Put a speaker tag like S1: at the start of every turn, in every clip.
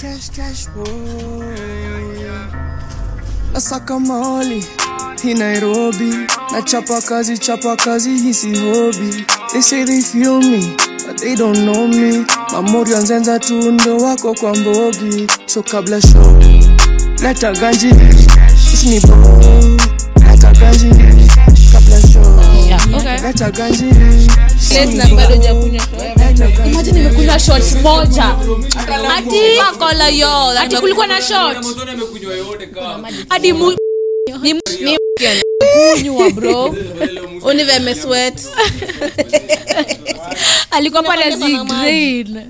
S1: Cash, cash, oh. Nasaka mali hii Nairobi, nachapa kazi, chapa kazi, hii si hobby. They say they feel me but they don't know me. Mamori anzenza tu ndo wako kwa mbogi, so kabla show leta ganji, usini leta ganji kabla show
S2: Okay.
S1: leta ganji,
S2: Lesnar bado hajakunywa
S1: leta ganji.
S2: Imagine nimekunywa shot moja. Ati akola yo. Ati kulikuwa na shot. Hadi mu ni ni kunywa bro.
S3: unive ameswet
S2: Alikuwa pale zi green.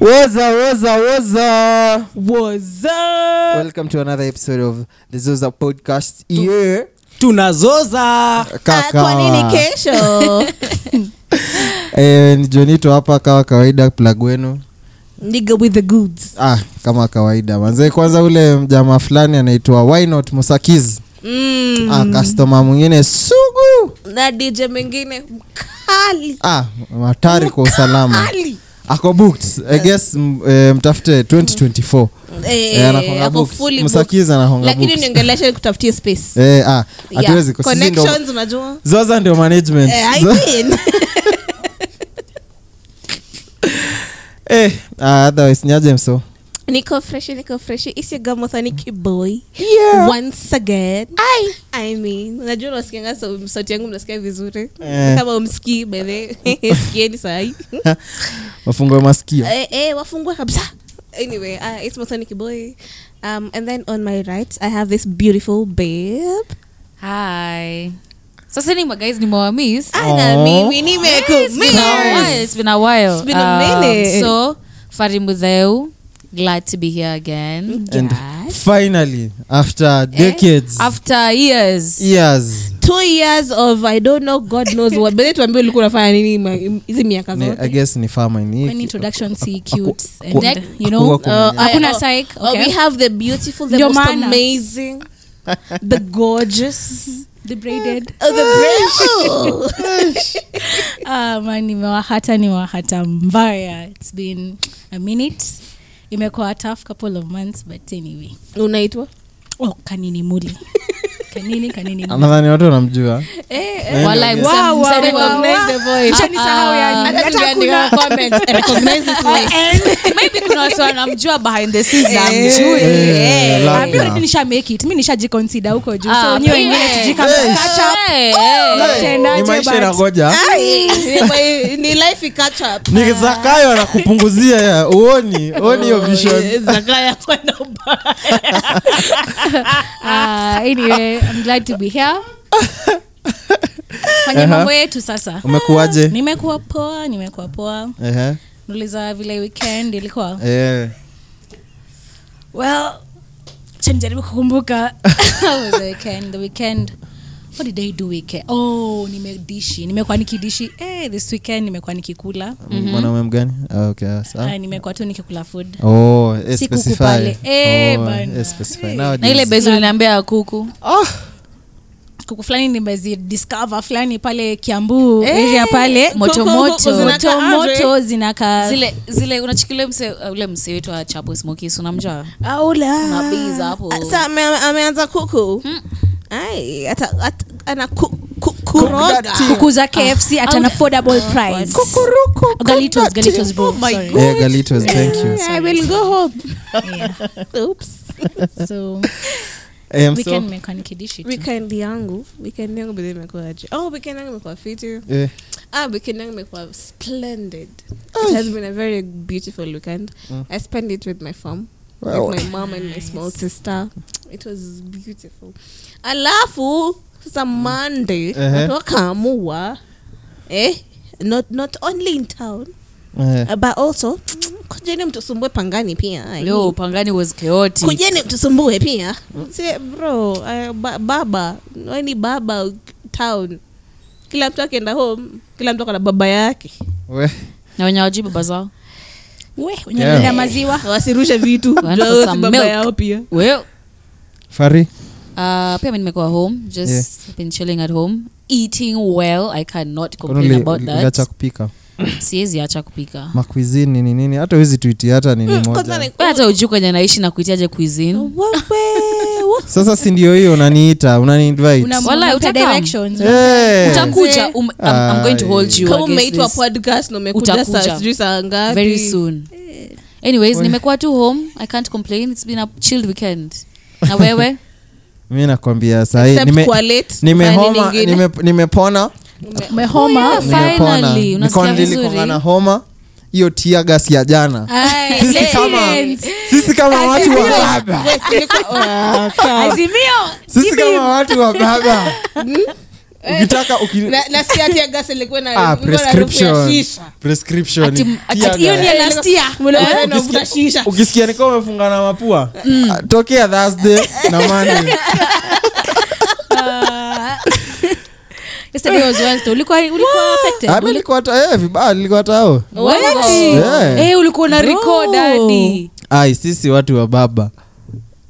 S4: Woza, woza, woza.
S5: Woza.
S4: Welcome to another episode of the Zoza podcast. Yeah.
S5: tunazoza
S3: Ah, kwa
S5: Ah.
S3: nini kesho
S4: Eh, ni jonito hapa kawa kawaida plug wenu
S5: niga with the goods
S4: ah, kama kawaida manze kwanza ule mjamaa fulani anaitwa why not musakiz mm. ah, customer mwingine sugu
S3: na dj mwingine mkali
S4: ah, matari kwa usalama
S5: Eh,
S3: Mkali.
S4: ako booked i guess m, eh, mtafute 2024
S3: Eh,
S4: Eh, anakonga
S3: ako
S4: booked.
S3: fully booked.
S4: Musakiz anakonga
S3: lakini
S4: booked.
S3: niongelesha nikutafutie space
S4: Eh, ah,
S3: Yeah.
S4: hatuwezi kwa sisi ndo-
S3: Connections, unajua
S4: zoza ndio management
S3: Eh, I
S4: Zo-
S3: mean.
S4: eh, ah, otherwise nyaje mso
S3: niko fresh niko fresh It's your girl Mothaniki boy once again I mean, unajua nasikianga sau- sauti yangu mnasikia vizuri
S4: Eh.
S3: kama umsikii bedhe sikieni sahii
S4: mafungo ya masikio
S3: eh, eh, wafungua kabisa anyway uh, it's Mothaniki boy um, and then on my right i have this beautiful babe
S2: Hi. Sasa ni guys ni mwamiss.
S3: ana
S4: Aw.
S3: mimi nimekumia
S2: It's been a while. Um,
S3: It's been a minute.
S2: so Farimudeu, glad to be here again.
S4: and finally after decades
S2: After years.
S4: years
S3: two years of i don't know god knows what bedhe tuambie ulikuwa unafanya nini ma- hizi miaka
S4: ni, i
S3: zote
S4: guess ni farmer ni
S6: when introduction si
S4: Aku-
S6: cute and
S2: Neck-
S6: you know
S4: Hakuwa
S3: Oh, I-
S6: hakuna
S3: oh,
S6: psych
S3: oh,
S6: okay.
S3: we have the beautiful the
S6: Ndio
S3: most
S6: maana.
S3: amazing the gorgeous
S6: the braided
S3: oh, the brave
S6: Ah, man, nimewahata nimewahata mbaya it's been a minute imekuwa a tough couple of months but anyway
S3: unaitwa
S6: oh kanini muli kanini kanini muli
S4: nadhani watu wanamjua Eh,
S2: Walai, msa- msanii wa-
S3: Ah,
S2: And maybe kuna watu wanamjua behind the
S3: um,
S2: scenes na
S6: Eh,
S2: hamjui.
S4: Eh,
S6: Ah, mi already
S4: labda.
S6: nisha make it mi nishajiconsider huko juu
S2: Ah,
S6: so nyiwe
S2: pia.
S6: wengine sijui kama
S4: Yes.
S6: catch up,
S2: Eh, eh.
S6: mtendaje,
S4: Ni maisha
S6: but-
S4: inagoja
S3: Ah.
S6: Eh.
S3: Ai, ni life catch up
S4: nizakayo nakupunguzia ya uoni uoni hiyo vision
S3: zakaya kwenda ubaya
S6: Ah, anyway i'm glad to be here kwenye mambo yetu sasa
S4: umekuwaje
S6: nimekuwa poa nimekuwa poa
S4: Ehe,
S6: nauliza vile weekend ilikuwa
S4: eh.
S6: well chanijaribu kukumbuka How was the weekend the weekend what did i do weekend oh nimedishi nimekuwa nikidishi eh, this weekend nimekuwa nikikula
S4: mwanaume mgani Ah, okay, ah, sawa.
S6: Ah, nimekuwa tu nikikula food
S4: Oh, eh,
S6: Siku
S4: specify.
S6: kupale. Eh,
S4: Oh,
S6: bana.
S4: eh, specify.
S2: na
S4: Nowadays.
S2: ile bezi uliniambia ya kuku
S6: kuku fulani nimezidiscover fulani pale kiambu
S3: Eh,
S2: Eh,
S6: area pale motomoto
S3: kuku zinakaa
S6: motomoto zinakaa
S2: zile zile unachikilia mse uh, ule mse wetu wa chapo smokis unamjua Mabizi hapo.
S6: Ah,
S3: Sa, ame- ameanza kuku
S6: Hmm.
S3: Ai, ata- at- ana ku- ku- kuroga.
S6: kuku za kfc
S2: Ah,
S6: at an affordable price Oh, galitos galitos
S3: Oh
S6: bro sorry.
S4: Eh, galitos thank you
S3: I will go home.
S6: Yeah.
S3: Oops.
S6: so
S4: Eh, mso-
S6: weekend imekuwa nikidishi tu.
S3: Weekend yangu weekend yangu bidhi imekuwaje oh weekend yangu imekuwa fiti
S4: eh,
S3: ah weekend yangu imekuwa splendid it has been a very beautiful weekend i spent it with my fam
S4: Wow.
S3: with my mom and my small sister it was beautiful alafu sasa monday
S4: Ehe.
S3: watu wakaamua eh not, not only in town
S4: eh.
S3: uh, but also kujeni mtusumbue pangani pia I
S2: leo
S3: mean,
S2: upangani was chaotic
S3: kujeni mtusumbue pia si bro uh, ba- baba weni baba town kila mtu akienda home kila mtu akona baba yake
S4: We.
S2: na wenye wajui baba zao
S6: we unyanelea maziwa
S3: wasirushe vitu
S2: Want
S3: Juu si
S2: some
S3: baba
S2: milk?
S3: yao pia
S2: well
S4: fari
S2: uh, pia mi nimekuwa home just been chilling at home eating well i cannot complain
S4: Kwani uli-
S2: about
S4: uliacha
S2: that
S4: kupika
S2: siwezi acha kupika
S4: makwizini ni nini hata wezi tuiti hata nini
S3: Hmm, kwanza
S4: moja
S3: ni-
S2: We hata ujui kwenye naishi na kuitaje cuisine
S4: sasa si ndio hiyo unaniita unaniinvite
S6: Unam-
S2: Walai,
S6: unampa
S2: utakaa?
S6: directions.
S4: Eh.
S2: utakuja um, I'm, I'm going to hold you
S3: kama
S2: against
S3: umeitwa
S2: this.
S3: podcast na umekuja
S2: Utakuja.
S3: saa sijui saa ngapi
S2: very soon anyways nimekuwa tu home i can't complain it's been a chilled weekend na wewe
S4: mi nakwambia
S3: Except
S4: sahii
S3: kwa late,
S4: nimehoma
S3: kufanya nini ingine.
S4: nime, nimepona
S6: Umehoma?
S2: Oh, yeah.
S4: nimepona
S2: Finally, unasikia
S4: Niko-
S2: vizuri? Ah,
S4: nilikuwa na homa hiyo tiagas ya jana
S6: Aye,
S4: sisi kama sisi kama watu wa baba
S3: Ah,
S4: sisi kama watu wa baba Hmm?
S2: Eh.
S4: ukitaka uki-
S3: Na- na si ati ya gas ilikuwa na-
S4: Ah,
S3: ilikuwa na harufu ya
S4: prescription
S3: shisha.
S4: prescription
S2: Ati- ati-
S4: Tear
S2: hiyo
S4: gas.
S2: ni ya last year
S3: Mnaona unavuta shisha.
S4: ukisikia nikuwa umefungana mapua
S2: Mm.
S4: Ah, tokea thursday na monday
S6: Yesterday was Wednesday. Ulikuwa- ulikuwa affected?
S4: Ah, mi nilikuwa ta- eh, vibaya nilikuwa tao Yeah.
S2: Eh, ulikuwa na record hadi
S4: ai sisi watu wa baba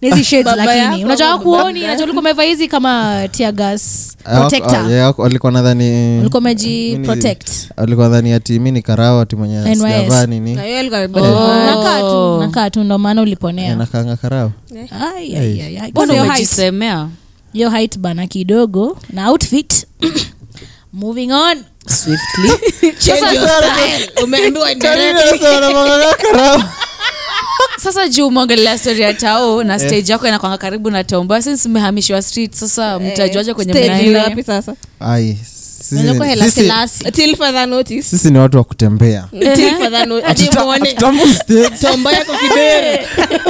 S6: Nizi shades
S3: Baba
S6: lakini
S3: yako,
S6: unajua
S3: baba
S6: kuoni unajua ulikuwa umevaa hizi kama tear gas
S4: Ah, wako- ah,
S6: protector
S4: yeah, wako- walikuwa nadhani
S6: ulikuwa umeji
S4: Mm. Mimi- Eh.
S6: protect
S4: walikuwa nadhani ati mi ni karawa ati mwenye
S6: NYS.
S4: sijavaa nini
S3: Na yeye alikuwa
S6: Oh.
S3: amebeba-
S6: nakaa
S2: Oh.
S6: tu nakaa tu ndo maana
S4: Eh,
S6: uliponea
S4: nakanga karawa
S6: Ai, ai, ai, ai.
S2: mbona
S6: Kwanza hiyo height-
S2: umejisemea
S6: hiyo height bana kidogo na outfit moving on
S3: Change your style. Umeambiwa endelee.
S2: sasa juu umeongelea stori ya tao na stage yako inakwanga karibu na tomba since mmehamishwa street sasa mtajuaje kwenye
S3: Stage ni
S2: mnaenda?
S3: wapi sasa?
S4: Ai, sisi-
S2: Mlikuwa hela
S4: sisi-
S2: selasi.
S3: Till further notice.
S4: sisi ni watu wa kutembea
S3: Till further no- ati
S4: Hatuta-
S3: muone.
S4: hatutambui stage.
S3: Tomba yako kidere.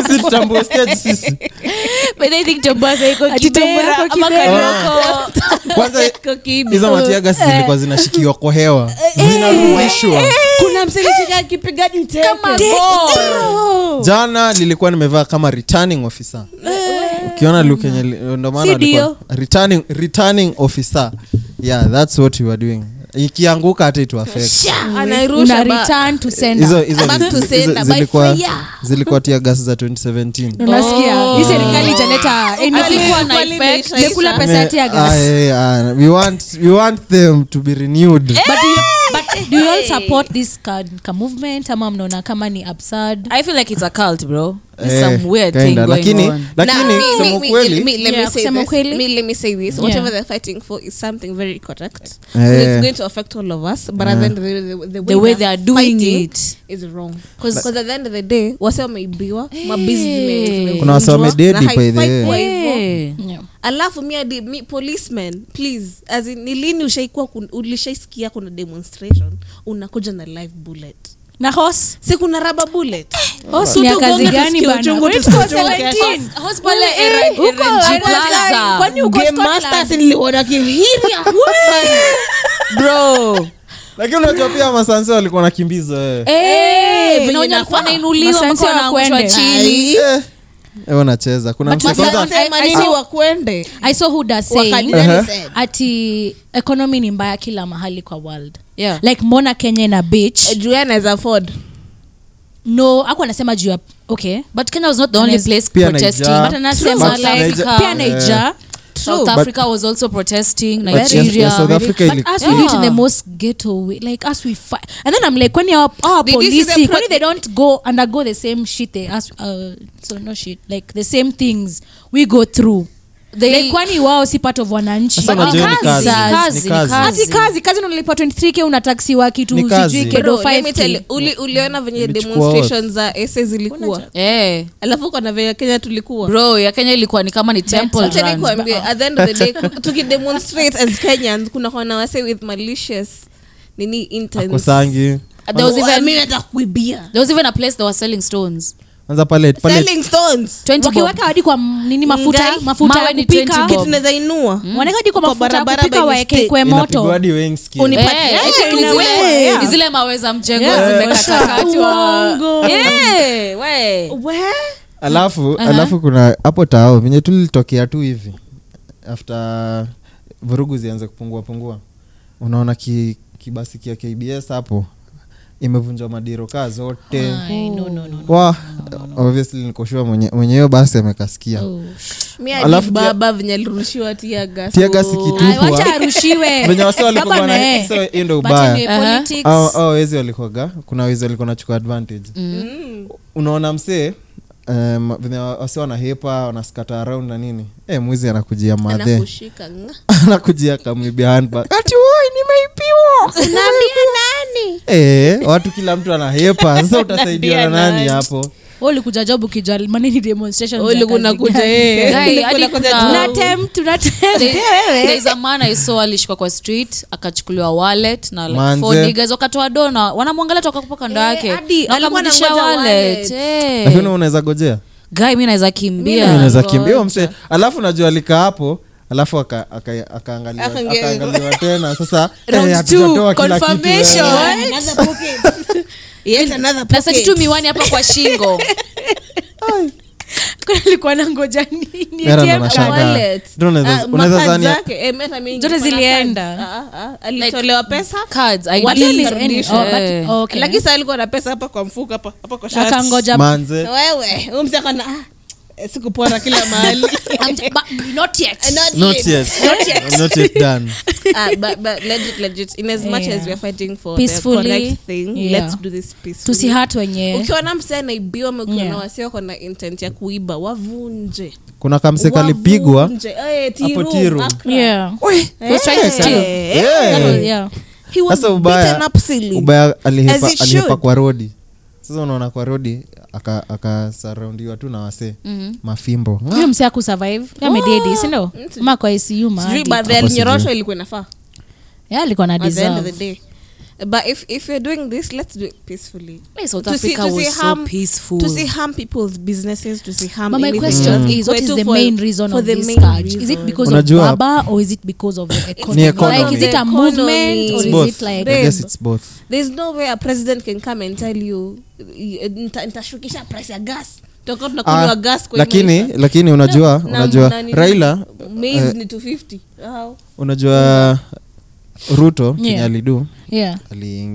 S4: Sisi tutambue stage sisi.
S2: But I think Tomboya sasa iko
S6: Ati Tomboya
S2: Kibera
S6: ako
S2: ama Karioko.
S4: Ah. kwanza
S3: Yako kibi.
S4: hizo matiaga zilikuwa zinashikiwa kwa hewa zinarudishwa
S3: Kuna msichana akipiga diteke.
S2: Kama ball.
S3: oh.
S4: jana lilikuwa nimevaa kama returning officer
S3: Eh.
S4: ukiona look yenye li- ndo maana walikuwa- returning returning officer yeah that's what you are doing ikianguka hata it will affect
S3: Anairusha
S6: una
S3: ba-
S6: return to sender
S4: hizo hizo
S3: Back
S4: vitu-
S3: to
S4: hizo
S3: sender, by
S4: zilikuwa zilikuwa tear gas za
S6: Mm.
S4: 2017
S2: Oh.
S6: unasikia hii serikali
S2: eh,
S6: ijaleta any-
S2: Hazikuwa na
S3: Kweli
S2: effect.
S3: imeisha.
S2: Lekula
S4: Me-
S2: pesa ya tear gas.
S4: ah, eh, ah, we want we want them to be renewed
S6: But do you- but do you all support this ka, ka movement ama mnaona kama ni absurd
S2: I feel like it's a cult, bro. It's
S4: Eh,
S2: some weird
S4: kinda.
S2: thing going
S4: lakini
S2: on.
S4: lakini
S3: Na- mi-
S4: sema
S3: mi- mi-
S4: ukweli
S3: mi- let me
S6: Yeah,
S3: say
S6: kusema
S3: this.
S6: ukweli.
S3: Me- let me say this.
S6: Yeah.
S3: Whatever they're fighting for is something very correct.
S4: Eh.
S3: It's going to affect all of us, but at the end of the day, the- the
S2: The way they
S3: they're
S2: are doing
S3: fighting
S2: it.
S3: is wrong. 'Cause- 'cause at the end of the day, wase wameibiwa, mabizi zime- zimevunjwa,
S4: Kuna wase wamededi
S3: na
S4: by the
S3: haifai
S4: way.
S3: kuwa hivyo.
S2: Eh.
S3: alafu mi adi mi policeman please as in, ni lini ushaikuwa kun- ulishaisikia kuna demonstration unakuja na live bullet
S6: na horse
S3: si kuna raba bullet
S2: Ah.
S6: horse
S3: Tutu
S6: ni ya kazi
S3: gonge
S6: gani
S3: tusikie
S6: bana
S3: uchungu,
S6: Kwani
S3: tusikie
S6: uko
S3: uchungu.
S6: 17?
S2: Horse
S6: Wewe,
S2: pale era-
S6: uko
S2: era-
S6: Arena
S2: Plaza.
S6: Plaza. Kwani uko
S3: Game
S6: Scotland?
S3: Masters niliona kihiria
S2: Bro.
S4: lakini unajua pia masanse walikuwa nakimbiza eh.
S2: Eh,
S3: venye
S2: vinaonya alikuwa
S3: inafaa.
S2: anainuliwa
S6: Masansi
S2: mpaka anaangushwa
S6: wakwende.
S2: chini.
S4: eh. eh, wanacheza kuna mse kwanza
S3: Sema
S2: I- I
S3: nini
S2: saw-
S3: wakwende
S6: i saw huda saying
S4: Aha.
S6: ati economy ni mbaya kila mahali kwa world
S2: Yeah.
S6: like mbona kenya na beach no aku anasema juu ya okay
S2: But Kenya was not the only
S6: Nice.
S2: place
S4: Pia
S2: protesting.
S4: Nigeria.
S6: but anasema
S4: But
S6: like
S4: Niger- eh,
S6: pia
S4: Yeah.
S6: niger
S2: South
S4: But-
S2: Africa was also protesting.
S4: yes-
S2: Nigeria.
S4: yes, South Africa ili-
S6: But us we do it in the
S2: Yeah.
S6: most ghetto way. Like us we fight, and then I'm like, when our our
S3: Did you see the
S6: police,
S3: pro-
S6: when they don't go undergo the same shit they us, uh, so no shit, like the same things we go through.
S2: They-
S6: Like kwani wao si part of wananchi
S4: Sasa
S6: But
S4: unajua ni kazi, ni kazi, ni kazi.
S6: Hati kazi kazi unalipa 23k unataksiwa kitu
S4: Ni kazi.
S6: sijui kedo 5k
S3: uliona venye
S4: Imechukua
S3: demonstration za ese zilikuwa
S2: Eh.
S3: alafu kona venye kenya tulikuwa
S2: Bro, ya Kenya ilikuwa ni kama ni temple
S3: Acha
S2: run.
S3: nikuambie, at the end of the day, ku- tukidemonstrate as kenyans kuna kona wase with malicious nini intents.
S4: kusangi
S2: There was
S3: Oh,
S2: even-
S3: mimi natakuibia.
S2: there was even a place they were selling stones.
S4: anza pale pale
S3: Selling stones.
S2: 20 bob.
S6: wakiweka Yaani hadi kwa m- nini mafuta
S3: Ngai.
S6: mafuta
S2: Mawe
S6: ya
S2: ni
S6: kupika
S2: 20 bob.
S3: Kitu naweza inua.
S6: wanaweka Mm. hadi kwa
S3: Hmm? Kwa
S6: mafuta ya
S3: barabara
S6: kupika
S3: by
S6: waeke
S3: mistake.
S6: kwe
S4: inapigwa
S6: moto
S4: hadi wengi
S2: Eh,
S3: Unipatie.
S2: eh, ni
S3: Yeah,
S2: zile-
S3: we.
S2: ni zile mawe za mjengo
S3: Yeah.
S2: zimekatakatwa
S3: Uongo.
S2: Eh, we.
S3: We?
S4: alafu alafu kuna hapo tao venye tulitokea tu hivi after vurugu zianze kupungua pungua unaona ki, kibasi kia kbs hapo imevunjwa madiro kaa zote
S6: Ay, no, Oh. no, no.
S4: wa obviously nikoshua mwenye mwenye hiyo basi amekasikia Alafu tia-
S3: baba venye alirushiwa Oh. tiagas
S4: Tear gas ikitupwa.
S6: Ay, wacha eh. arushiwe
S4: ah. venye wasi walikuwa
S6: Baba na yeye.
S4: wana- so hiyo ndo
S6: But
S4: ubaya
S6: anyway,
S2: Aha.
S6: politics.
S4: au au wezi walikuwaga kuna wezi walikuwa nachukua advantage
S3: Mm.
S4: unaona msee um, venye wasi wanahepa wanaskata around na nini e, mwizi anakujia madhe
S3: anakushika nga.
S4: anakujia kamwibia handbag ati woi nimeipiwa
S3: unaambia nani
S4: e, watu kila mtu anahepa sasa utasaidiana nani hapo
S6: Wewe ulikuja job ukijua manini demonstrations
S3: Oh,
S6: ya kazi
S3: ulikunakuja
S6: gani.
S3: eh.
S2: Guy, hadi kuna-
S6: Tuna attempt, tuna attempt.
S2: theresamana iso alishikwa kwa street akachukuliwa wallet na like
S4: Manze.
S2: four niggas wakatoa dona wanamwangalia tokakupa kando yake
S3: hadi
S2: na
S3: alikuwa
S2: wakamrudishia
S3: anangoja wallet.
S2: wallet Eh.
S4: lakini unaweza gojea
S2: Guy, mi naweza
S4: Mimi
S2: kimbia
S4: naweza kimbia
S3: Oh,
S4: huyo msee alafu najua alikaa hapo alafu aka- aka- akaangaliwa
S3: Akaangalia.
S4: akaangaliwa tena sasa
S3: Round
S4: eh,
S3: two,
S4: hatujatoa kila kitu,
S3: confirmation.
S4: eh.
S3: Yet another
S2: na sasa
S3: pocket.
S2: kitu miwani hapa kwa shingo
S6: Kuna alikuwa na ngoja nini
S4: Mera ndo
S6: ATM
S4: nashangaa.
S6: card.
S3: Wallet.
S4: Ndio unaweza-
S3: Ah,
S4: unaweza
S3: makadi
S4: dhani-
S3: zake, eh, meta mingi
S6: Zote
S3: kuna
S6: zilienda.
S3: cards. Ah, ah, alitolewa pesa
S2: cards
S3: What
S2: IDs,
S3: is
S2: any-
S3: condition?
S2: oh, but- oh,
S6: Okay.
S3: lakini saa alikuwa na pesa hapa kwa mfuko hapa hapa kwa shati.
S6: akangoja
S4: manze
S3: wewe huyu mzee akana ah, eh, sikupora kila mahali Not
S4: not
S3: yet.
S4: yet not yet done
S3: Ah, but, but legit legit in as much as we are fighting for
S6: Peacefully.
S3: the correct thing
S6: Yeah.
S3: let's do this peacefully
S6: tusihat wenyewe
S3: ukiona msee anaibiwa mekuona
S6: Yeah.
S3: wasio kona intent ya kuiba wavunje
S4: kuna kamse kalipigwa
S3: Wavunje. Eh, tiru,
S4: Hapo tiru.
S3: akra.
S6: Yeah.
S2: He was trying to steal.
S3: Eh,
S4: Eh.
S6: Yeah.
S3: he was
S4: sasa
S3: beaten
S4: ubaya
S3: up silly.
S4: ubaya alihepa,
S3: As it
S4: alihepa
S3: should.
S4: kwa rodi sasa unaona kwa rodi akasaraundiwa aka tu na wasee
S3: Mm-hmm.
S4: mafimbo Ah,
S6: huyo msee akusurvive amededi sindo ma kwa ICU mahali.
S3: Hmm. Sijui, but the
S4: Hapo sijui.
S3: alinyoroshwa ilikuwa inafaa
S6: Yeah, alikuwa na
S3: at the end of the
S6: deserve
S3: day but if, if you're doing this let's do it peacefully
S2: Hey, South
S3: To see-
S2: Africa
S3: to
S2: was
S3: see
S2: so
S3: harm-
S2: peaceful.
S3: to see harm people's businesses to see harm
S6: But my
S3: anything
S6: question
S3: else.
S4: Mm.
S6: is, what is
S3: Kwetu
S6: the
S3: for-
S6: main reason
S3: for
S6: of
S3: the
S6: this
S3: main
S6: scourge? Is it
S3: reason.
S6: because of
S4: Unajua-
S6: Baba or is it because of the
S4: Ni
S6: economy?
S4: economy.
S6: Like, is it a
S3: Economy.
S6: movement or
S3: It's
S6: is
S4: both.
S6: it like
S4: I guess it's both
S3: there's no way a president can come and tell you "Eh, nita- nitashukisha price ya gas Tutakuwa tunakunywa
S4: Ah,
S3: gas kwa hii
S4: lakini
S3: maisha.
S4: lakini unajua
S3: Na-
S4: unajua
S3: na nini?
S4: raila
S3: Maize
S4: eh,
S3: ni 250 How?
S4: unajua
S3: Mm-hmm.
S4: ruto kenye
S6: Yeah.
S4: alidu
S6: yeah?
S4: ali-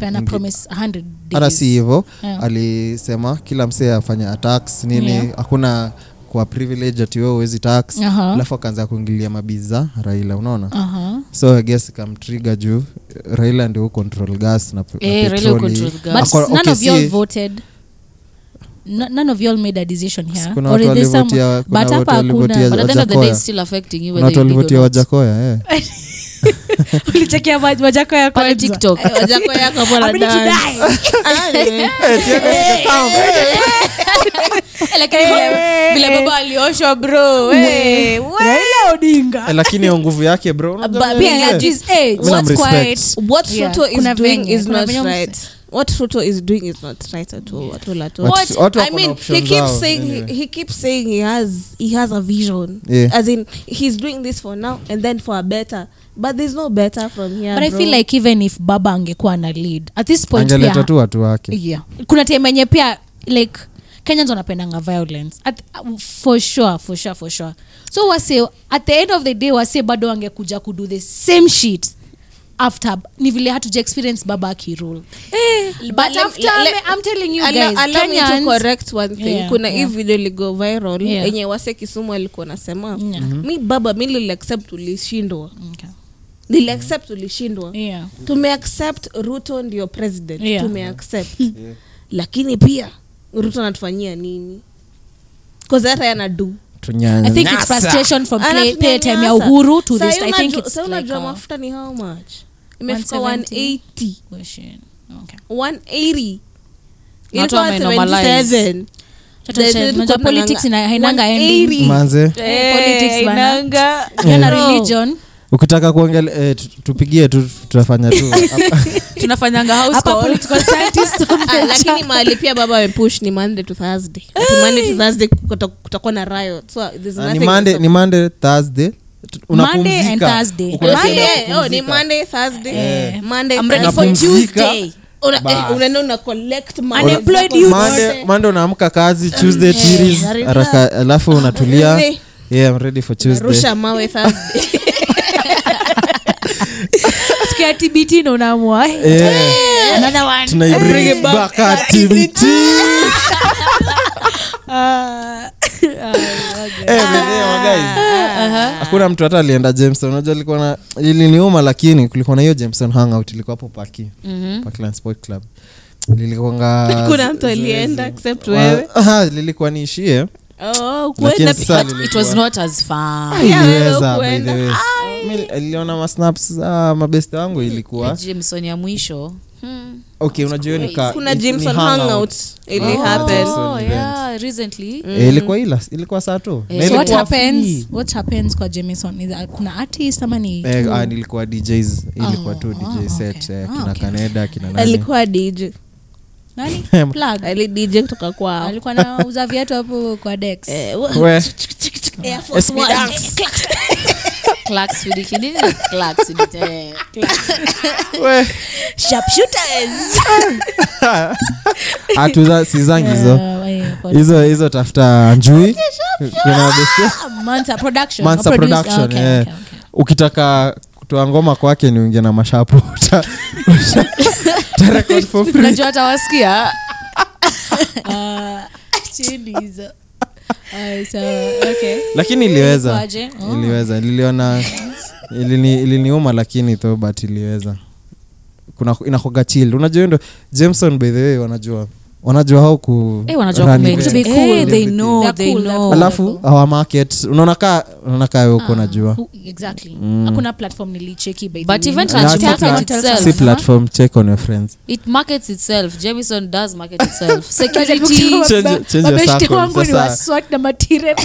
S6: Pena
S4: ingi-
S6: promise 100
S4: hata si
S6: days.
S4: hivo
S6: Yeah.
S4: alisema kila msee afanya attacks nini
S6: Yeah.
S4: hakuna kwa privilege ati wewe uwezi tax
S6: Aha.
S4: alafu akaanza kuingilia mabiza raila unaona
S6: Uh-huh.
S4: so ges kamtriga juu raila ndio control gas na, pe- na
S2: Eh, Raila
S4: petroli.
S2: control gas.
S6: But
S4: Ako-
S6: none
S4: okay,
S6: of y'all
S4: see,
S6: voted. No, none of y'all made a decision here.
S4: Kuna
S6: Or
S4: watu
S6: is there some-
S4: walivotia- kuna
S6: but
S4: watu
S6: hapa
S4: walivotia-
S2: But
S6: hakuna.
S2: at the end of the day,
S4: Wajakoya.
S2: it's still affecting you
S4: kuna
S2: whether
S4: watu
S2: you did
S4: walivotia
S2: or not.
S4: wajakoya eh.
S6: Ulichekia ma- majako ya
S2: Pale
S6: kwanza.
S2: TikTok.
S3: Eh, wajako yako hapo
S6: I'm ready to
S3: wanadance.
S6: die.
S3: Ah, eh.
S2: Like, vile- vile baba alioshwa bro
S3: Eh,
S4: Eh, lakini hiyo nguvu yake bro unajua
S3: But
S4: vile
S3: pia
S4: mzee.
S3: at
S6: his age,
S4: Mimi
S2: what's
S4: namrespect.
S2: quiet
S3: what
S6: Yeah,
S3: ruto is
S6: kuna
S3: doing
S6: venye,
S3: is
S6: kuna
S3: not
S6: venye mse-
S3: right what ruto is doing is not right at all at all at all
S4: Watu- watu
S3: I
S4: wako na
S3: mean, he
S4: options
S3: keeps
S4: zao,
S3: saying
S4: anyway.
S3: he, he keeps saying he has he has a vision.
S4: Yeah.
S3: As in, he's doing this for now and then for a better. But there's no better from here.
S6: but i
S3: bro.
S6: feel like even if baba angekuwa na lead at this point
S4: angeleta
S6: pia-
S4: tu watu wake
S6: yeah. kuna time enye pia like kenyans wanapendanga violence at, for sure for sure for sure so wase at the end of the day wase bado wangekuja kudo the same shit after ni vile hatuja experience baba akirule but
S3: But let-
S6: after
S3: let-
S6: I'm telling you
S3: allow-
S6: guys,
S3: allow me to
S6: Kenyans-
S3: correct one thing
S6: Yeah,
S3: kuna hii
S6: yeah.
S3: video iligo viral
S6: Yeah.
S3: enye wase kisumu alikuwa nasema
S6: Yeah.
S4: Mhm.
S3: mi baba mi liliaccept ulishindwa
S6: Okay.
S3: liliaccept ulishindwa
S6: Yeah.
S3: tumeaccept ruto ndio president
S6: Yeah.
S3: tumeaccept lakini pia ruto anatufanyia nini kozara anadu
S4: tunyanya
S6: i think it's frustration from play,
S3: Anatunyanyasa.
S6: play time ya uhuru to
S3: Sa
S6: this i think
S3: unajua-
S6: it's
S3: sa
S6: like uh,
S3: unajua
S6: a-
S3: mafuta ni how much imefika
S6: 170.
S3: 180
S6: Oh, shit. Okay.
S3: 180
S2: Watu
S3: Ilikuwa
S2: wamenormalize.
S3: 77.
S6: Chacha,
S3: The-
S6: chacha,
S3: the-
S6: unajua
S3: the-
S6: politics ina- hainanga ending.
S3: 180.
S4: manze
S6: Eh, politics bana.
S3: hainanga.
S6: You're na
S2: Oh.
S3: No.
S6: religion
S4: ukitaka kuongele eh, tu- tupigie tu tutafanya tu
S2: tunafanyanga house
S6: Hapa
S2: call
S6: political scientist
S3: Ah, lakini mahali pia baba amepush ni monday to thursday Ati monday to thursday kuta- kutakuwa na riot so there's
S4: Ah, ni
S3: nothing-
S4: mande ni mande thursday tu-
S6: Monday and
S4: unapumzika.
S6: Thursday.
S4: Uko na
S3: Monday,
S4: sehemu ya
S3: oh, ni
S4: kupumzika.
S3: monday thursday Eh. monday
S2: I'm ready for
S3: Thursday.
S4: Unapumzika.
S2: Tuesday.
S3: Una- eh,
S4: Bas.
S3: unaenda una collect money
S6: Unemployed
S3: zako
S6: youth.
S4: Monday- Monday unaamka kazi tuesday series
S3: Narudi.
S4: haraka alafu unatulia
S3: Really?
S4: yeah i'm ready for tuesday
S3: rusha mawe thursday
S6: Sikia TBT na unaamua, eh,
S4: yeah
S6: another one.
S4: tunaibring back activity
S6: Ah, ah,
S4: Eh, video, guys.
S3: Uh-huh.
S4: hakuna mtu hata alienda jameson unajua ilikuwa na iliniuma lakini kulikuwa na hiyo jameson hangout ilikuwa hapo paki parkland sport club lilikwanga
S3: kuna Mm-hmm. mtu alienda except wewe
S4: Ah, lilikuwa niishie
S3: oh,
S4: lakini
S3: kuenda
S4: sasa
S3: pia-
S2: it was not as fun
S4: Ah,
S3: Yeah, wewe
S4: iliweza, by
S3: hukuenda.
S4: the way. Mi niliona masnaps za mabeste wangu ilikuwa
S2: jameson ya mwisho Hmm.
S4: okay unajua hiyo ni ka-
S3: kuna
S4: ni- ni
S3: jameson
S4: hangout.
S3: hangout Ah, ili
S4: Oh.
S3: happen
S4: Jameson
S2: Oh,
S4: event.
S2: yeah, recently
S4: Eh, ilikuwa ila ilikuwa saa tu
S2: so
S4: Na
S6: Mm. Eh, so what
S4: ilikuwa
S6: happens
S4: free.
S6: what happens kwa jamison Is that kuna artist ama ni
S4: Eh,
S6: tu?
S4: ah, ilikuwa djs ilikuwa tu dj set
S6: Oh, okay.
S4: eh,
S6: Ah,
S4: kina
S6: okay.
S4: kaneda kina nani
S3: alikuwa dj
S6: nani
S4: Em.
S6: plug
S3: ali dj kutoka kwao
S6: alikuwa nauza viatu hapo kwa dex
S3: Eh, wa-
S4: We.
S3: Air Force One.
S2: Clarksfield kidini, Clarksfield, eh.
S4: We. hatuza sizangi hizo
S6: Uh, eh, kwa-
S4: hizo hizo tafuta njui kuna besti-
S6: Ah, Mansa production
S4: Mansa
S6: or produce-
S4: Production,
S6: okay,
S4: eh.
S6: okay, okay.
S4: ukitaka kutoa ngoma kwake ni unge na mashapo uta- uta- uta record for free.
S2: najua atawasikia
S6: Ah, chini hizo Ah, sawa, okay.
S4: lakini iliweza
S6: Ilikuwaje? Oh.
S4: iliweza niliona ilini- iliniuma lakini tho but iliweza kuna inakoga chill unajua hiyo ndo jameson by the way wanajua wanajua hau ku
S2: Eh, wanajua
S4: run
S2: kumake-
S4: event.
S2: Eh,
S6: cool.
S2: they know,
S6: They're
S2: they
S6: cool, they're
S2: know.
S6: cool. Ah.
S4: alafu our market unaona kaa unaona kaa wewe uko unajua
S6: Who- exactly
S4: Mm.
S6: hakuna platform nilicheki by the
S2: But
S6: way.
S2: even
S6: Ah,
S4: Lazima
S2: Transparent
S4: plat-
S2: itself.
S4: si platform check on your friends
S2: it markets itself jameson does market itself
S6: Najaribu
S2: security
S6: kusema
S4: Change-
S6: ba-
S4: change your
S6: mabeshte
S4: circle,
S6: wangu ni
S4: sasa.
S6: waswat na matire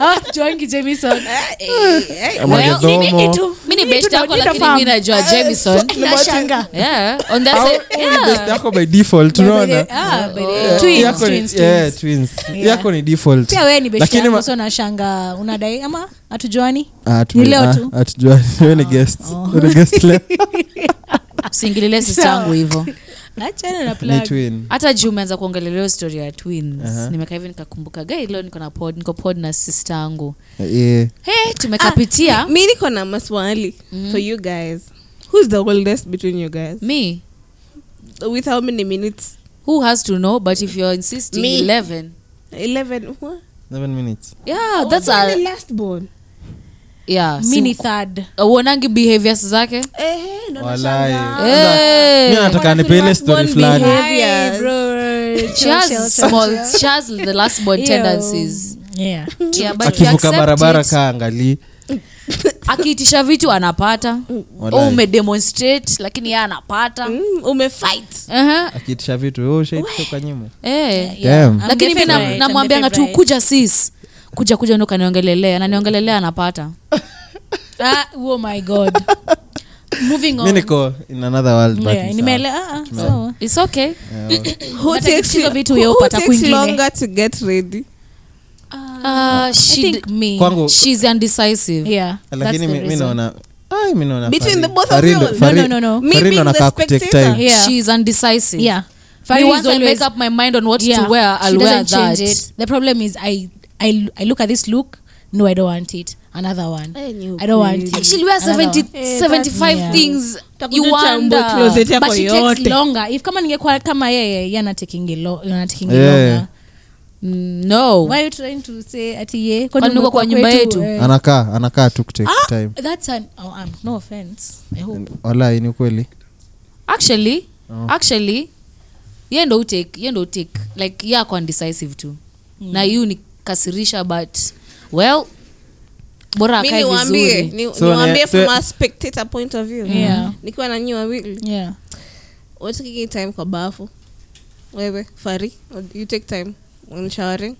S6: Ah, joangi jamison
S4: Magedomo.
S2: mi ni best yako
S6: tunajiita
S2: lakini
S6: fam.
S2: mi najua jameson
S6: nashanga
S2: Yeah, on that
S4: Au-
S2: side-
S4: au ni
S2: yeah.
S4: best yako by default unaona
S6: Ah, by the way.
S4: Oh. Yeah,
S6: Twins,
S4: yako ni-
S6: twins,
S4: yeah,
S6: twins.
S4: twins.
S6: Yeah.
S4: yako ni default
S6: pia wewe ni beshte
S4: Lakini ma-
S6: yangu so nashanga unadai ama hatujuani
S4: Ah, tume-
S6: Ni leo
S4: ah,
S6: tu. Oh.
S4: ah, tujua- wewe ni guest. Wewe ni guest leo.
S2: usiingililie
S6: Sawa.
S2: sistangu hivo
S6: achana na
S4: Ni
S6: plug
S4: twin.
S2: hata juu umeanza kuongeleleo story ya twins nimekaa hivi nikakumbuka gai leo niko na pod niko pod na sista yangu
S4: Eh,
S2: hey, tumekapitia
S3: mi niko na maswali for you guys who's the oldest between you guys
S2: me
S3: with how many minutes
S2: who has to know but if you're insisting
S3: Me.
S2: 11
S3: 11 what?
S4: 11 minutes.
S3: Ah,
S2: yeah Ah, that's
S3: Was I the
S2: a
S3: last born
S2: yeah
S6: mi ni
S2: si-
S6: third
S2: uh, uonangi behaviors zake
S3: eh, ndo
S4: Walai.
S3: nashangaa.
S2: Eh.
S4: Mi nataka nipeane
S3: Wanasema
S4: story
S3: born
S4: fulani.
S3: behavior.
S6: Hi, bro.
S2: she has small she has the last born tendencies
S6: Yeah.
S2: yeah, but you
S4: akivuka
S2: accept
S4: barabara
S2: it.
S4: kaa angalii
S2: akiitisha vitu anapata
S4: Walai.
S6: Oh,
S2: au umedemonstrate lakini ye anapata eh.
S3: Mm, umefight
S2: Aha,
S4: akitisha vitu "Oh, shit, toka nyuma
S2: eh.
S4: Damn.
S2: lakini mi
S3: Amefebright,
S2: na- namwambianga tu
S3: amefebright.
S2: kuja sis kuja kuja ndo kaniongelelea naniongelelea anapata
S6: Ah, oh my god moving
S4: mi
S6: on
S4: niko in another world but
S6: Yeah,
S4: ni
S6: nimeele- ah, ah, sawa.
S2: its okay
S4: sawa. Eh,
S3: who
S6: Hata
S3: takes,
S6: kitu vitu
S3: who, who
S6: yeupata
S3: takes
S6: kwingine.
S3: longer to get ready
S2: uh,
S6: I
S2: she,
S6: think me.
S4: kwangu
S2: she's undecisive
S6: Yeah, that's
S4: uh, lakini
S6: the
S4: mi- mi
S6: reason.
S4: naona ai mi naona
S3: Between the
S4: Farid-
S3: both of you?
S4: Farid-
S6: No, no,
S4: Farid-
S6: no, no.
S3: Me
S4: Farid
S3: being the
S4: anakaa kutake
S3: spectator.
S4: time.
S6: Yeah.
S2: she's undecisive
S6: Yeah.
S2: Me,
S6: Farid is
S2: once I
S6: always-
S2: make up my mind on what
S6: Yeah.
S2: to wear,
S6: She
S2: I'll wear
S6: doesn't change
S2: that.
S6: it. The problem is I, I, I look at this look. No, I don't want it. Another one. I don't want it.
S2: She'll wear
S6: Another
S2: 70,
S6: one. Eh,
S2: 75
S6: yeah.
S2: things.
S3: Utakuja
S2: You
S3: uchambue
S2: wonder.
S3: closet yako
S6: But she takes
S3: yote.
S6: longer. If kama ningekuwa kama yeye, yeye anatakingi lo- anatakingi
S4: Yeah.
S6: longer.
S2: Mm, No.
S6: Why are you trying to say ati ye?
S2: Kwani uko kwa nyumba yetu?
S6: eh.
S4: anakaa anakaa tu kutake time
S6: That's an, oh, um, no offense. Ah! I hope.
S4: walai ni kweli
S2: Actually,
S4: Oh.
S2: actually, ye ndo utake, ye ndo utake. Like, ye ako undecisive tu.
S6: Hmm.
S2: Na you ni kasirisha, but, well, bora
S3: mi
S2: akae
S3: niwambie
S2: vizuri.
S3: ni,
S4: So,
S3: niwaambie
S4: ne-
S3: from
S4: so-
S3: a spectator point of view
S6: Yeah.
S3: nikiwa na nyi wawili
S6: Yeah.
S3: watakiki time kwa bafu wewe fari you take time on showering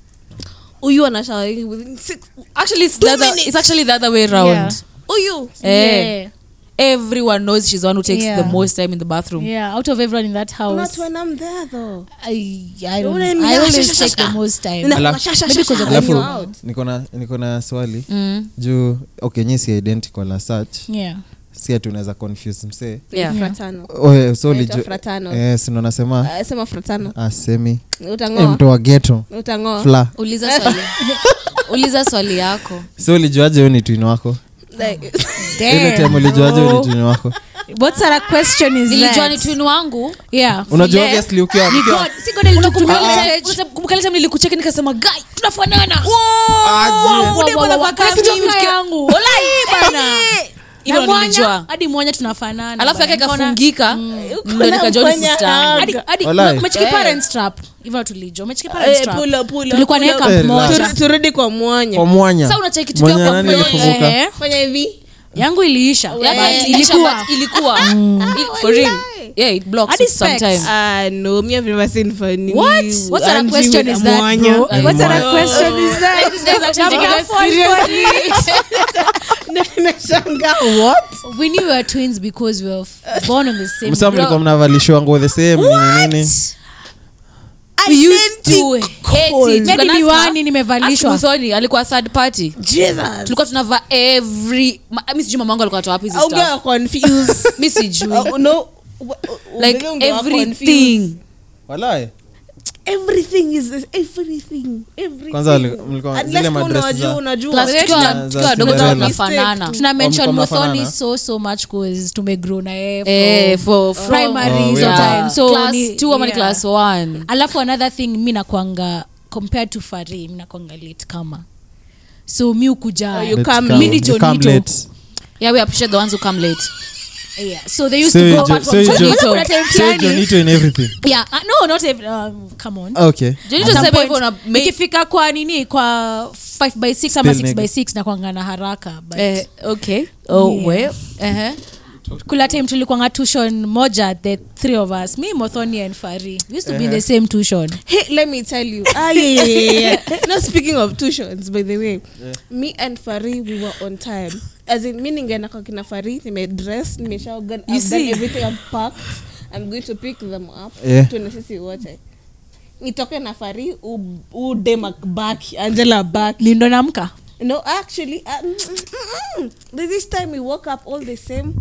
S3: huyu ana showering within six
S2: Actually, it's,
S3: Two
S2: the other,
S3: minutes.
S2: it's actually the other way around.
S6: Yeah.
S3: huyu
S2: Eh.
S6: Yeah.
S2: Everyone knows she's the one who takes
S6: Yeah.
S2: the most time in the bathroom.
S6: Yeah, out of everyone in that
S3: not
S6: house,
S3: when I'm there though
S6: I, I don't.
S3: Don't
S6: I
S3: let me-
S6: always
S3: Shh, shh,
S6: take the
S3: shh.
S6: most time.
S3: Nina-
S4: Alafu-
S3: sha- sha-
S6: Maybe
S3: sha-
S6: because of
S3: sha-
S6: when you
S4: alafu
S6: are out.
S4: niko na- niko na swali
S2: Mm.
S4: juu okay nyi si identical as such
S6: Yeah.
S4: si ati unaweza confuse msee
S2: Yeah.
S3: fratano
S4: Oh, eh, so
S3: Inaitwa
S4: ulijo-
S3: fratano.
S4: eh, si ndo nasema
S3: Ah, sema fratano
S4: asemi Eh,
S3: utangoa
S4: mtu wa geto
S3: utangoa
S4: fla
S2: uliza swali uliza swali yako
S4: so ulijuaje huyu ni twin wako ile time ulijuaje huyu ni twin wako
S3: what sort of question is
S2: nilijua
S3: that?
S2: ni twin wangu
S6: yeah
S4: unajua
S2: Zile-
S4: obviously ukiwa
S2: Ni
S4: ukiwa-
S2: God. Si God alinikumbuka
S6: Unakumbuka
S2: ile-
S6: message?
S2: unasema- kumbuka ile time nilikucheki nikasema guy tunafanana
S4: Ah, zile-
S2: Wow, wow, wow, wow. Kuna kitu kama yangu. Walai, bana.
S6: Na
S2: Hilo nilijua.
S6: mwanya, hadi mwanya tunafanana
S2: alafu yake
S6: bana. Nikaona-
S2: ikafungika ndo nikajua ni sister yangu.
S6: Hadi- hadi-
S4: Walai.
S6: umecheki
S2: Eh.
S6: parents trap hivyo tulijua umecheki parents
S3: Eh,
S6: trap
S3: pull up, pull up,
S6: tulikuwa
S3: pull
S6: naye
S3: up.
S6: kampu
S4: Eh,
S6: moja.
S4: relax.
S3: Turi- turudi kwa mwanya
S4: kwa mwanya
S2: Sasa unacheki kitu
S4: Mwanya
S2: yako
S4: nani
S2: kwa-
S4: ilifunguka?
S2: Eh,
S3: fanya hivi
S6: yangu iliisha
S2: yeah,
S6: Yaani
S2: but
S6: ilikuwa
S2: ilikuwa ilikuwa It- for real yeah it blocks
S6: Hadi
S2: it
S6: specs.
S2: sometimes
S3: Ah, no me have never seen funny
S6: What?
S3: you
S6: What sort of
S3: and you
S6: question
S3: with
S6: is
S3: a
S6: that,
S3: mwanya.
S6: bro?
S4: And
S3: What sort of
S4: mwanya.
S3: question is that? Na- nashangaa, what?
S6: we knew we were twins because we were f- born on the same
S4: Msa mlikuwa mnavalishwa nguo the same nini nini
S6: We used to
S2: Identical.
S6: hate it.
S2: You can
S6: Yaani
S2: ask
S6: diwani
S2: her.
S6: nimevalishwa
S2: Asikuthoni, alikuwa third party
S3: Jesus.
S2: tulikuwa tunava every ma- mi sijui mamangu alikuwa atoa wapi hizi
S3: Au
S2: stuff.
S3: ungewa confused.
S2: mi sijui
S3: Oh, no. Wa- u- ungele
S2: like
S3: ungewa confused.
S2: everything
S4: Walai.
S3: Everything is- everything, everything.
S4: Kwanza wali- mlikuwa
S3: Unless
S4: zile
S3: kama
S4: madress
S3: unajua,
S4: za-
S3: unajua.
S2: Plus
S3: Unless
S2: tukiwa-
S4: Yeah,
S2: tukiwa
S4: that's
S2: wadogo
S4: the
S2: tulikuwa
S4: mistake.
S2: tunafanana
S6: tuna mention
S4: mko
S6: muthoni
S4: mnafanana?
S6: so so much cause tumegrow na yeye
S2: Eh, for-
S6: from
S2: from-
S6: primary
S4: Oh,
S6: hizo
S4: yeah.
S6: time so
S2: Class
S6: ni-
S2: two ama ni
S6: yeah.
S2: class one.
S6: alafu another thing mi nakwanga compared to fari mi nakwanga late kama so mi ukuja
S3: you
S4: Let's
S3: come-
S4: come.
S6: mini
S4: Oh, You
S6: Johnito.
S4: come late.
S2: yeah we appreciate the ones who come late
S6: yeah. so they used
S4: Say
S6: to go
S4: Jo-
S6: apart
S4: say
S6: from
S4: Jo-
S6: Johnito. Kuna time
S4: Say
S6: fulani-
S4: Johnito in everything.
S6: yeah uh, no not every, um, come on
S4: Okay.
S2: Johnito
S6: At some
S2: sasa hivi
S6: point,
S2: una make-
S6: ikifika kwa nini kwa 5 by 6 ama
S4: Still
S6: 6 by
S4: nigga.
S6: 6 nakwangana haraka but
S2: Eh, okay oh
S6: Yeah.
S2: well uh-huh.
S6: kula time tulikwanga tushon moja the three of us me mothoni and fari we used to be in the same tushon
S3: Hey, let me tell you. Ah, yeah, yeah, yeah, yeah. no, speaking of tuitions, by the way, me and Fari, we were on time. As in, me ningeenda kwa kina Fari, nime dress, nime shower, gun, I've
S6: see?
S3: done everything, I'm packed. I'm going to pick them up.
S4: Yeah.
S3: Tuende sisi wote. Nitoke na Fari, u- ude makbaki, Angela back.
S6: lindo namka
S3: No, actually, uh, mm, mm, mm. this time we woke up all the same,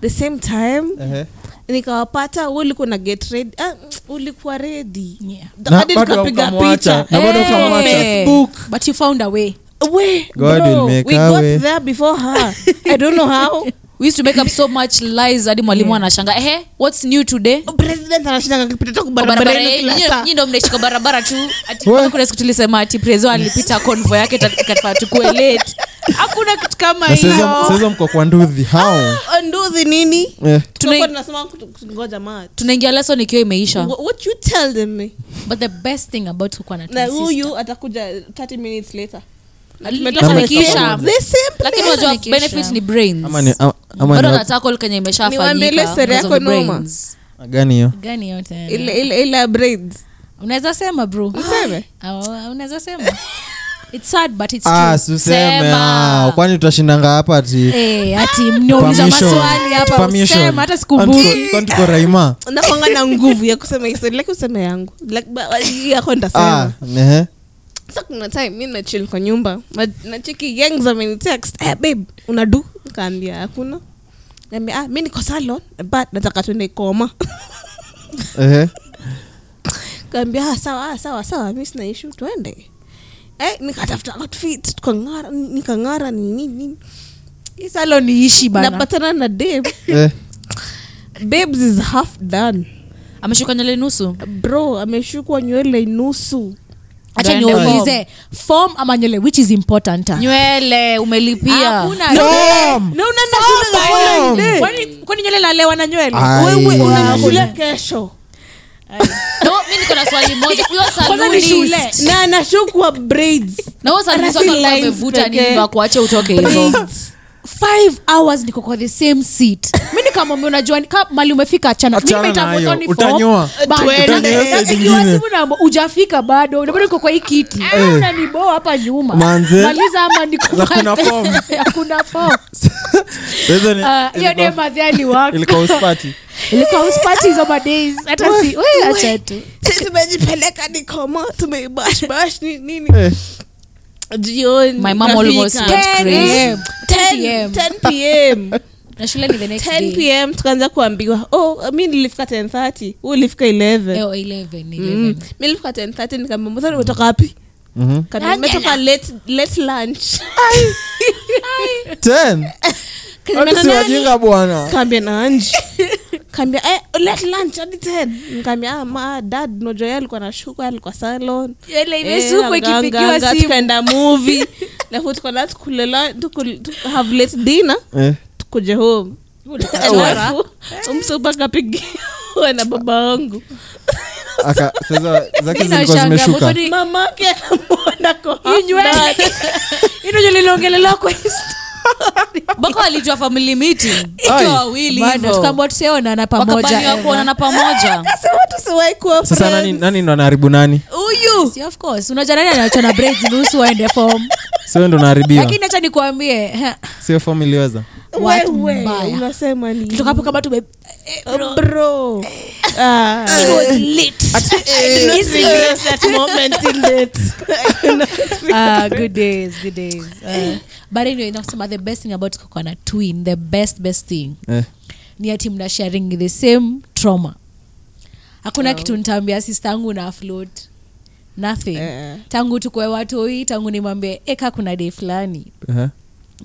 S3: the same time.
S4: Uh-huh.
S3: nikawapata wewe ulikuwa na get ready ah, ulikuwa ready
S6: Yeah.
S3: Da-
S4: Na
S3: hadi
S4: bado
S3: nikapiga
S4: hamkamwacha.
S3: picha
S4: Na bado
S2: Eh.
S4: hamkamwacha.
S2: Facebook.
S6: but you found a way
S3: we
S4: God will
S3: bro,
S4: make
S3: we
S4: our
S3: got
S4: way.
S3: there before her i don't know how
S2: we used to make up so much lies hadi mwalimu anashanga ehe what's new today
S3: president anashindanga kipita toku
S2: Kwa
S3: barabara yenu
S2: yenyu,
S3: kila saa
S2: nyinyi ndo mnaishika barabara tu Ati
S4: We.
S2: kuna siku tulisema ati prezo alipita convo yake takafaa tukue late hakuna kitu kama
S4: Na sasa-
S2: hiyo
S4: sasa mko kwa ndudhi how
S3: nduhi nini
S4: Eh.
S3: tulikuwa tunasema kutu- ngoja ma
S2: tunaingia lesson ikiwa imeisha
S3: Wha- what you tell them
S6: but the best thing about kukuwa na
S3: na
S6: twin sister-
S3: huyu atakuja 30 minutes later Na
S2: Li-
S3: tumetoka
S2: Kama
S3: the same-
S2: kisha.
S3: the same place.
S2: lakini unajua
S6: Kesha.
S2: benefit ni brains
S4: ama ni ama- ama
S2: bado
S4: ni
S2: nataka kenya
S3: Niwaambie ile
S2: imeshafanyika
S3: story
S2: because of
S3: yako
S2: the
S3: noma.
S2: brains.
S4: gani hiyo
S6: gani yote eh?
S3: ile ile ile ya braids
S6: unaweza sema bro
S3: Niseme?
S6: Ah, unaweza sema it's sad but it's
S4: ah
S6: true
S4: suseme
S2: Sema.
S4: ah, kwani tutashindanga hapa ati
S6: Eh, ati mnauliza
S4: permission,
S6: maswali hapa
S4: permission.
S6: usema hata
S4: Kwani
S6: sikumbuki
S4: tuko- kwani tuko raima
S3: nakwanga na nguvu ya kusema histori lakini useme yangu Like, ba- yako
S4: ah
S3: ndasema
S4: nehe
S3: sa kuna time mi nachil kwa nyumba Na- nacheki gangs amenitext eh, babe unadu nikaambia hakuna Niambia, ah, mi niko salon but nataka tuende koma
S4: ehe
S3: kaambia ah, sawa ah, sawa sawa mi sina ishu tuende eh, nikatafuta outfit tukang'ara nikang'ara ni nini
S6: Hii salon iishi bana
S3: napatana na dave
S4: eh.
S3: babes is half done
S2: ameshuka nywele nusu
S3: bro ameshukwa nywele nusu
S6: acha
S2: Ndio form.
S6: niulize form ama nywele which is important ah?
S2: nywele umelipia
S6: Hakuna-
S4: Form!
S6: No, unaenda shule the following
S4: Form!
S6: day. Kwani- kwani nywele nalewa na nywele
S4: Ai.
S3: wewe una
S4: Mm.
S3: shule kesho
S2: no mi niko na swali moja huyo
S6: Kwanza ni shule.
S2: salunist
S3: na anashukwa braids
S2: na huyo salunist wako alikuwa
S3: lines
S2: amevuta
S3: pekee.
S2: nini ndo akuache utoke hivo
S6: Braids. Five hours niko kwa the same seat mi nikamwambia unajua ni kama mali umefika achana Mi
S4: Achana na
S6: nimeita
S4: hiyo.
S6: Motoni form,
S4: Utanyoa.
S6: but-
S3: Tuende.
S4: Utanyoa saa
S6: Sasa ikiwa
S4: zingine.
S6: simu namba hujafika bado unabado uko kwa hii kiti Ah,
S4: Eh.
S6: unaniboa hapa nyuma
S4: Manze.
S6: maliza ama niko
S4: Na kuna form.
S6: hakuna form
S4: Sasa ni-
S6: Ah, hiyo
S4: ilikuwa-
S6: de madhani wako
S4: ilikuwa house party.
S6: ilikuwa uspati za madays hata si we acha tu
S3: Sisi tumejipeleka nikoma tumeibashbash ni- nini
S4: Eh.
S3: jioni
S2: My mom almost
S3: nafika. 10
S2: went
S3: 10
S2: crazy.
S3: 10 pm
S6: na shule ni the next
S3: 10
S6: day
S3: pm tukaanza kuambiwa oh mi nilifika 1030 huu ulifika 11
S6: Eh, oh, 11, 11.
S3: Mm. mi nilifika 1030 nikaambia mzani umetoka wapi
S4: Mhm.
S3: Ah. Kaambia, "Nimetoka late late lunch
S4: Ten. Watu si wajinga bwana
S3: kaambia na anji kaambia eh, let lunch hadi 10 nikaambia ah, ma dad nojo yeye alikuwa nashuka alikuwa salon
S6: Yele ile
S3: Eh,
S6: supu
S3: anga,
S6: ikipigiwa
S3: anga, anga,
S6: simu.
S3: tukaenda movie alafu tuko na tukulela tukul- tu- have late dinner
S4: Eh.
S3: tukuje home
S6: Ulitaka
S3: alafu umsupa akapigiwa na baba wangu
S4: Aka- sasa zake
S6: Mimi
S4: zilikuwa
S6: nashangaa,
S4: zimeshuka
S6: Mosori,
S3: mamake anamwona kwa
S6: hii nywele. Hii ndio niliongelelea kwa Insta.
S2: mpaka walijua family meeting
S4: Ai.
S2: ikiwa wawili
S6: Bado, tukaambiwa tusionana
S2: wakabaniwa
S6: pamoja
S2: kuonana pamoja
S3: kasema tusiwahi kuwa
S4: sasa nani, nani ndo anaharibu nani
S6: huyu Si, of course unajua nani anaachwa na braids nusu waende form
S4: sio ndo naharibiwa
S6: lakini acha nikwambie ha,
S4: sio fomu iliweza
S6: watu
S3: Wewe,
S6: mbaya.
S3: unasema nini?
S6: tutoka hapo kama tume eh, bro,
S3: Bro. Ah.
S6: it was lit. It's lit. Ah, good days, good days. Ah. but anyway nakusema the best thing about kuko na twin the best best thing
S4: eh.
S6: ni ati mna sharing the same trauma hakuna kitu nitaambia sista yangu na afloat nothing
S3: Eh.
S6: tangu tukwe watoi tangu nimwambie eka kuna day fulani
S4: uh-huh.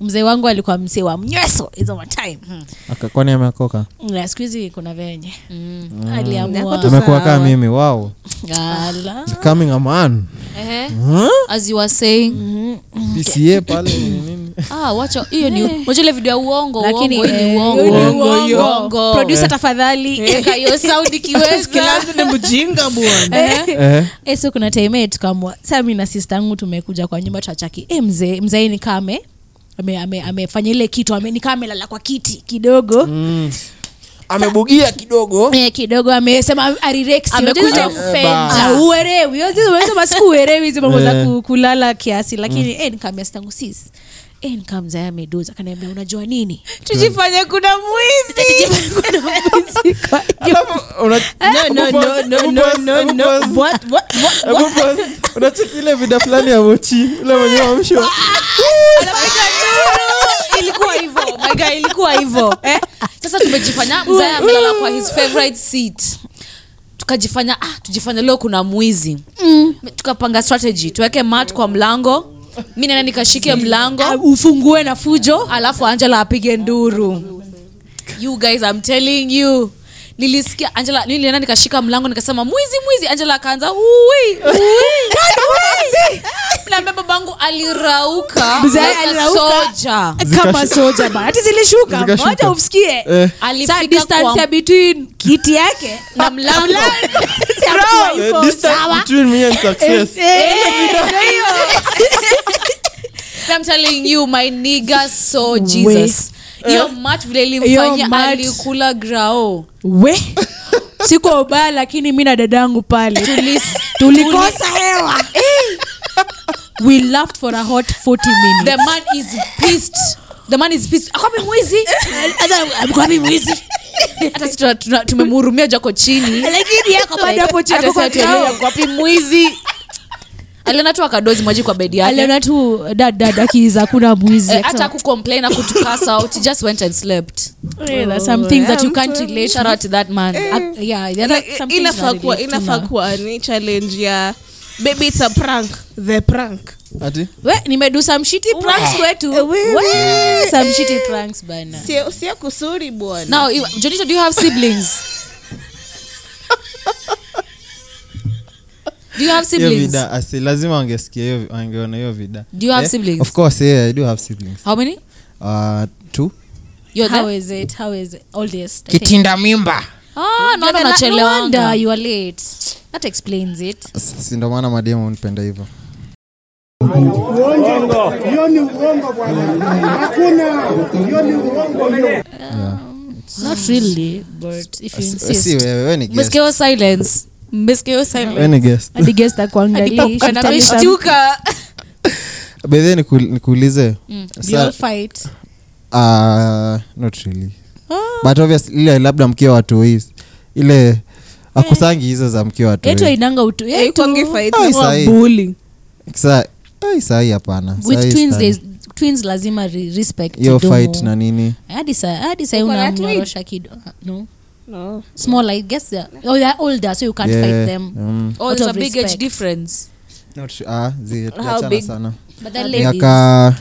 S6: mzee wangu alikuwa msee wa mnyweso is over time hmm.
S4: akakwani amekoka
S6: Na siku hizi kuna venye mm.
S3: Nako
S6: aliamua
S3: tu-
S4: amekuwa
S3: Sawa.
S4: kaa mimi wow
S6: Ala.
S4: becoming a man
S2: Ehe.
S4: huh?
S2: as you were saying
S6: Mm.
S4: pca pale nini, nini
S2: ah, wacha hiyo ni wacha ile video ya uongo
S6: Eh. Lakini,
S2: uongo hii ni
S6: eh,
S2: uongo
S6: hiyo ni
S2: Uongo,
S6: uongo. Eh.
S2: uongo. Eh.
S6: Producer tafadhali
S2: Eka hiyo sound ikiweza
S4: eh.
S6: Eh, so kuna time tukamwa saa mi na sista yangu tumekuja kwa nyumba twachaki e, mzee mzee nikaa ame amefanya ame, amefanya ile kitu ame, nikaa amelala kwa kiti kidogo mm.
S4: amebugia kidogo
S6: eh, kidogo amesema arirexi.
S2: Amekuja
S6: Unajua zile-
S2: kufenja.
S6: Ah, uerewi Unajua zile- unajua masiku uerewi hizi mambo za
S4: Eh.
S6: ku- kulala kiasi lakini eh, nikaambia sista yangu sis eh, nikamzee amedoza kaniambia unajua nini
S3: tujifanye kuna
S6: Eh,
S4: unacheki ile vida fulani ya mochi ile mwenye wamsho
S6: Ah,
S2: ilikuwa hivyo my guy ilikuwa hivyo eh? sasa tumejifanya mzee amelala kwa his favorite seat tukajifanya ah, tujifanya leo kuna mwizi mm. tukapanga strategy tuweke mat kwa mlango mi naenda nikashike mlango
S6: Ah, ufungue na fujo
S2: alafu angela apige nduru you guys I'm telling you nilisikia angela nilienda nikashika mlango nikasema mwizi mwizi angela akaanza "Ui, ui." naambia babangu alirauka
S6: Mzee
S2: like a
S6: alirauka.
S2: soldier.
S6: kama soja bana. Ati zilishuka
S4: Zikashuka.
S6: moja umsikie
S4: Eh.
S2: Alifika
S6: Sa distance
S2: kwa-
S6: ya between kiti yake
S2: na mlango
S6: Si hatua iko sawa. Eh, ndio hiyo.
S2: I'm telling you my nigga saw
S6: We.
S2: Jesus hiyo match vile
S6: Hiyo
S2: ilimfanya
S6: Eh? match.
S2: alikula grao
S6: we siko ubaya lakini mi na dadangu pale
S2: Tulis-
S6: tulikosa hewa we laughed for a hot 40 minutes
S2: the man is pissed the man is pissed akwambia mwizi
S6: Hata- amekuwa mimi mwizi
S2: hata si tuna- tuna- tumemhurumia jako chini
S6: lakini yako bado hapo chini
S2: Hata
S6: ako
S2: si
S6: kwa
S2: atuelewe
S6: grao.
S2: ako wapi mwizi aliona tu akadozi maji kwa bedi yake
S6: aliona tu dadad akiiza kuna mwizi
S2: Eh, hata
S6: akisema,
S2: kucomplain akutukasa out he just went and slept
S6: "There are some things that you can't relate
S2: shout out to that man
S6: Ak- yeah, there are some things
S3: inafaa
S6: that
S3: kuwa
S6: relate
S3: inafaa
S6: to
S3: kuwa ni challenge ya baby it's a prank the prank
S6: na- we nimedu some shitty pranks kwetu
S3: we-
S6: We, some shitty pranks bana
S3: sio sio kusuri bwana
S2: now you- Jonita, do you have siblings do you have siblings
S4: vida asi lazima angesikia hiyo angeona hiyo vida
S2: Do you have
S4: Eh?
S2: siblings?
S4: of course yeah, i do have siblings
S2: how many
S4: uh, two
S2: you're
S6: how
S2: there
S6: is it how is it oldest I think.
S5: kitinda mimba
S2: ah no no
S6: Jonathan, no wonder
S2: nachelewa
S6: you are late that explains it
S4: S- si ndo maana mademu unipenda hivyo
S2: Ah.
S6: not really but if you
S4: si
S6: insist
S4: wewe we ni guest.
S2: meskeo silence meskeo silence
S4: We ni guest
S6: hadi guest akuangalii
S2: Ana ameshtuka
S4: bedhe nikuulize Sa-
S6: You'll fight
S4: uh, not really but obviously ile labda mkiwa watoi ile akusangi hizo za mkiwa
S6: yetu
S4: watoi
S6: ainanga utu yetu
S3: Haikuangi Eh, fight,
S4: Ai,
S3: huwa
S4: sahi.
S3: bullying.
S4: Sa- ai, sahi hapana Sahi
S6: with twins
S4: sahi.
S6: there's twins lazima re- respect
S4: hiyo
S6: kidomo. Eh,
S4: fight na nini
S6: hadi sa- hadi sai
S3: Uko na
S6: unamnyorosha kido uh, no
S3: No.
S6: small i guess they're, oh, they're older so you can't
S4: Yeah,
S6: fight them
S4: mm.
S2: oh
S6: Out
S2: there's a
S6: of
S2: big
S6: respect.
S2: age difference
S4: Not su- ah, zi- tuachana
S3: big?
S4: sana
S6: but they're ladies
S4: miaka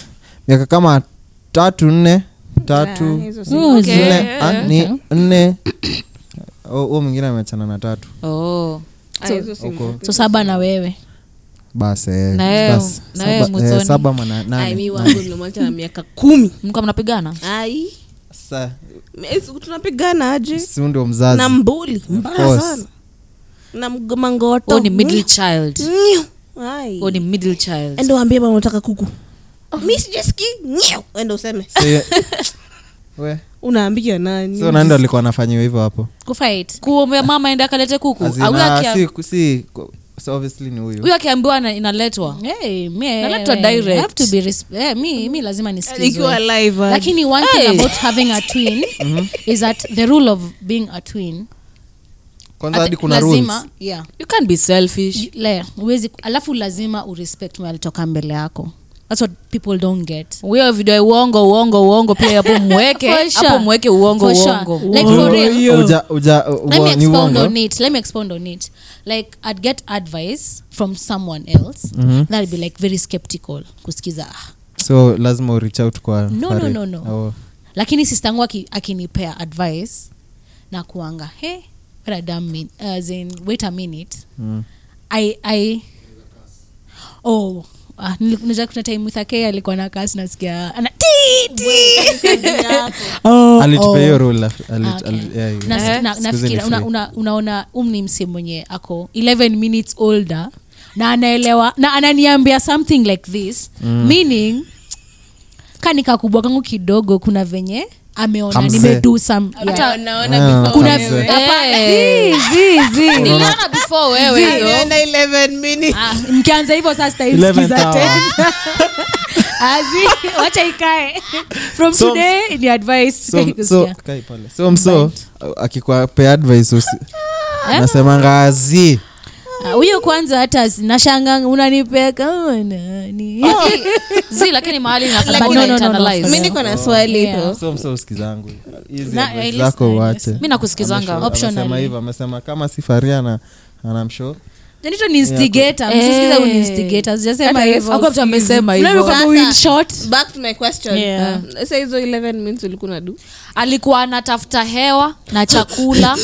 S4: miaka kama tatu nne tatu
S3: hizo si-
S6: Who is
S2: Okay.
S6: that?
S4: nne ah, ni nne huo mwingine amechana na tatu
S2: Oh.
S3: ah, hizo si
S4: Uko.
S3: ngapi.
S6: so saba na wewe
S4: basi eh,
S2: Na wewe-
S4: basi.
S2: na wewe
S4: Saba- eh,
S2: mwanzoni.
S4: saba mwana-
S3: Ai, mi
S4: nane
S3: wangu nimemwacha na miaka kumi
S2: mko mnapigana
S3: ai
S4: Sa-
S3: me- siku tunapigana aje
S4: si ndio mzazi
S3: na mbuli mbaya
S4: course.
S3: sana na
S2: Wewe
S3: mangoto
S2: ni middle child
S3: Nyew. Ai.
S2: Wewe ni middle child
S3: enda waambie mama unataka kuku mi sijaski nyew. enda useme
S4: Si- we
S3: unaambia nani
S4: so nando alikuwa anafanyiwa hivyo hapo
S6: kufight
S2: kuombea mama enda akalete kuku
S4: As in,
S2: Ah, huyo
S4: ah,
S2: akia-
S4: si- si ku- so obviously ni huyu
S2: huyo akiambiwa ana- inaletwa
S6: Hey, me,
S2: Naletwa
S6: eh,
S2: direct.
S6: I have to be resp- eh, mi, mi lazima
S3: ikiwa
S6: niskizwe
S3: live aje.
S6: lakini one
S2: Hey.
S6: thing about having a twin
S4: Mm-hmm.
S6: is that the rule of being a twin
S4: kwanza
S6: at-
S4: hadi kuna
S6: lazima
S4: rules
S6: yeah
S2: you can't be selfish
S6: le uwezi alafu lazima urespect mwenye alitoka mbele yako thats what people don't get
S2: huyo video uongo uongo uongo pia hapo mweke
S6: For sure.
S2: hapo mweke uongo
S6: For sure.
S2: uongo
S3: Eh,
S6: Like, for real.
S4: Uja- uja- u-
S6: let me
S4: ni
S6: expound
S4: uongo
S6: on it let me expound on it like i'd get advice from someone else mm-hmm. that'd be like very skeptical kusikiza ah.
S4: so lazima urich out kwa
S6: No,
S4: Farid.
S6: no, no, no.
S4: Oh.
S6: lakini sistangu aki, akinipea advice na kuanga he wait a, damn min- as in, wait a minute
S4: Mm.
S6: I, I, oh Ah, nili- unajua kuna time mithake alikuwa na kasi nasikia ana "Ti, ti." Oh,
S4: alitupea
S6: oh.
S4: hiyo rule alit-
S6: Ah, okay.
S4: alit- yeah, you-
S6: Na-
S4: Eh,
S6: na-
S4: siku hizi ni
S6: nafikira
S4: free.
S6: una- una- unaona umni mse mwenye ako 11 minutes older na anaelewa na ananiambia something like this mm. meaning ka nikakubwa kangu kidogo kuna venye ameona
S4: Kamzee.
S6: nimedu some yeah.
S2: hata
S4: Ah,
S6: kuna
S4: kamzee.
S6: Hapa-
S2: Eh.
S6: Zi, zi, zi.
S2: niliona before wewe hiyo
S3: Ameenda 11 minutes.
S6: Ah, mkianza hivyo sasa
S4: Eleventh
S6: taimskiza
S4: hour.
S6: tena Azi, wacha ikae from
S4: So-
S6: today ni advice
S4: So- so- kai pale. so mso akikwapea advice usi-
S6: Eh?
S4: anasemanga azi
S6: Ah, huyo kwanza hata nashanga unanipea kama nani
S2: zi lakini mahali inafaa
S6: Lakini-
S2: una
S6: No, no, no, no.
S2: internalize.
S3: mi niko na swali
S6: Yeah.
S3: though.
S4: so mso usikizangu hizi
S6: Oh. Na-
S4: advice
S6: I
S4: zako
S6: listen, I
S4: uache.
S6: listen.
S2: mi nakusikizanga
S6: Optional.
S4: Amesema hivyo amesema kama sifaria na anamsho
S6: janito Yaani ni instigata
S2: Yeah.
S6: msisikiza
S2: Eh.
S6: unistigata sijasema
S2: Hakuna mtu amesema hivyo
S3: Sasa-
S6: hivoshot
S3: back to my question
S6: Yeah.
S3: Uh, sasa hizo 11 minutes ulikuwa nadu
S2: alikuwa anatafuta hewa na chakula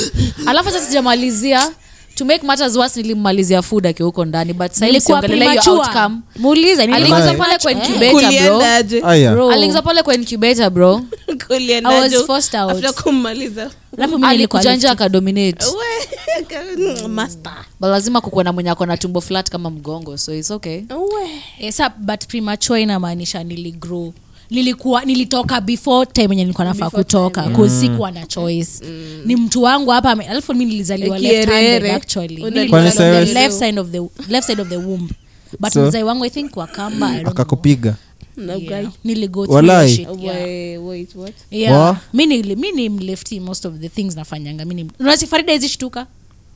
S2: alafu sasa sijamalizia to make matters worse nilimmalizia food akiwa huko ndani but sasa hivi siongelelea hiyo outcome
S6: muulize nilikuwa
S2: aliingiza
S4: Right.
S2: pale kwa
S6: Eh.
S2: incubator bro
S3: Kuliendaje?
S4: aya
S6: Bro.
S2: aliingiza pale kwa incubator bro
S3: Kuliendaje?
S6: I was forced out.
S3: After kummaliza
S6: alafu mimi nilikuwa
S2: alikujanja akadominate
S3: We. Master.
S2: but lazima kukuwa na mwenye ako na tumbo flat kama mgongo so its okay
S3: We.
S6: Eh, sa but premature inamaanisha niligrow nilikuwa nilitoka before time yenye nilikuwa nafaa kutoka
S4: Mm.
S6: kusikuwa na choice mm. ni mtu wangu hapa ame- alafu mi nilizaliwa left-handed,
S3: Kierere.
S6: actually. Mi
S3: Unali-
S4: Kwani
S6: nilizaliwa on the
S4: sawa-
S6: left side of the- left side of the womb but
S4: So?
S6: mzai wangu i think wakamba I don't know.
S4: akakupiga
S3: Na
S6: Yeah.
S3: ugai.
S6: Niligo
S4: Walai.
S6: through that shit, yeah.
S3: We- Oh, wait, what?
S6: Yeah.
S4: Wa?
S6: Mi nili- mi ni mlefti most of the things nafanyanga mi ni- unajua farida hizi shtuka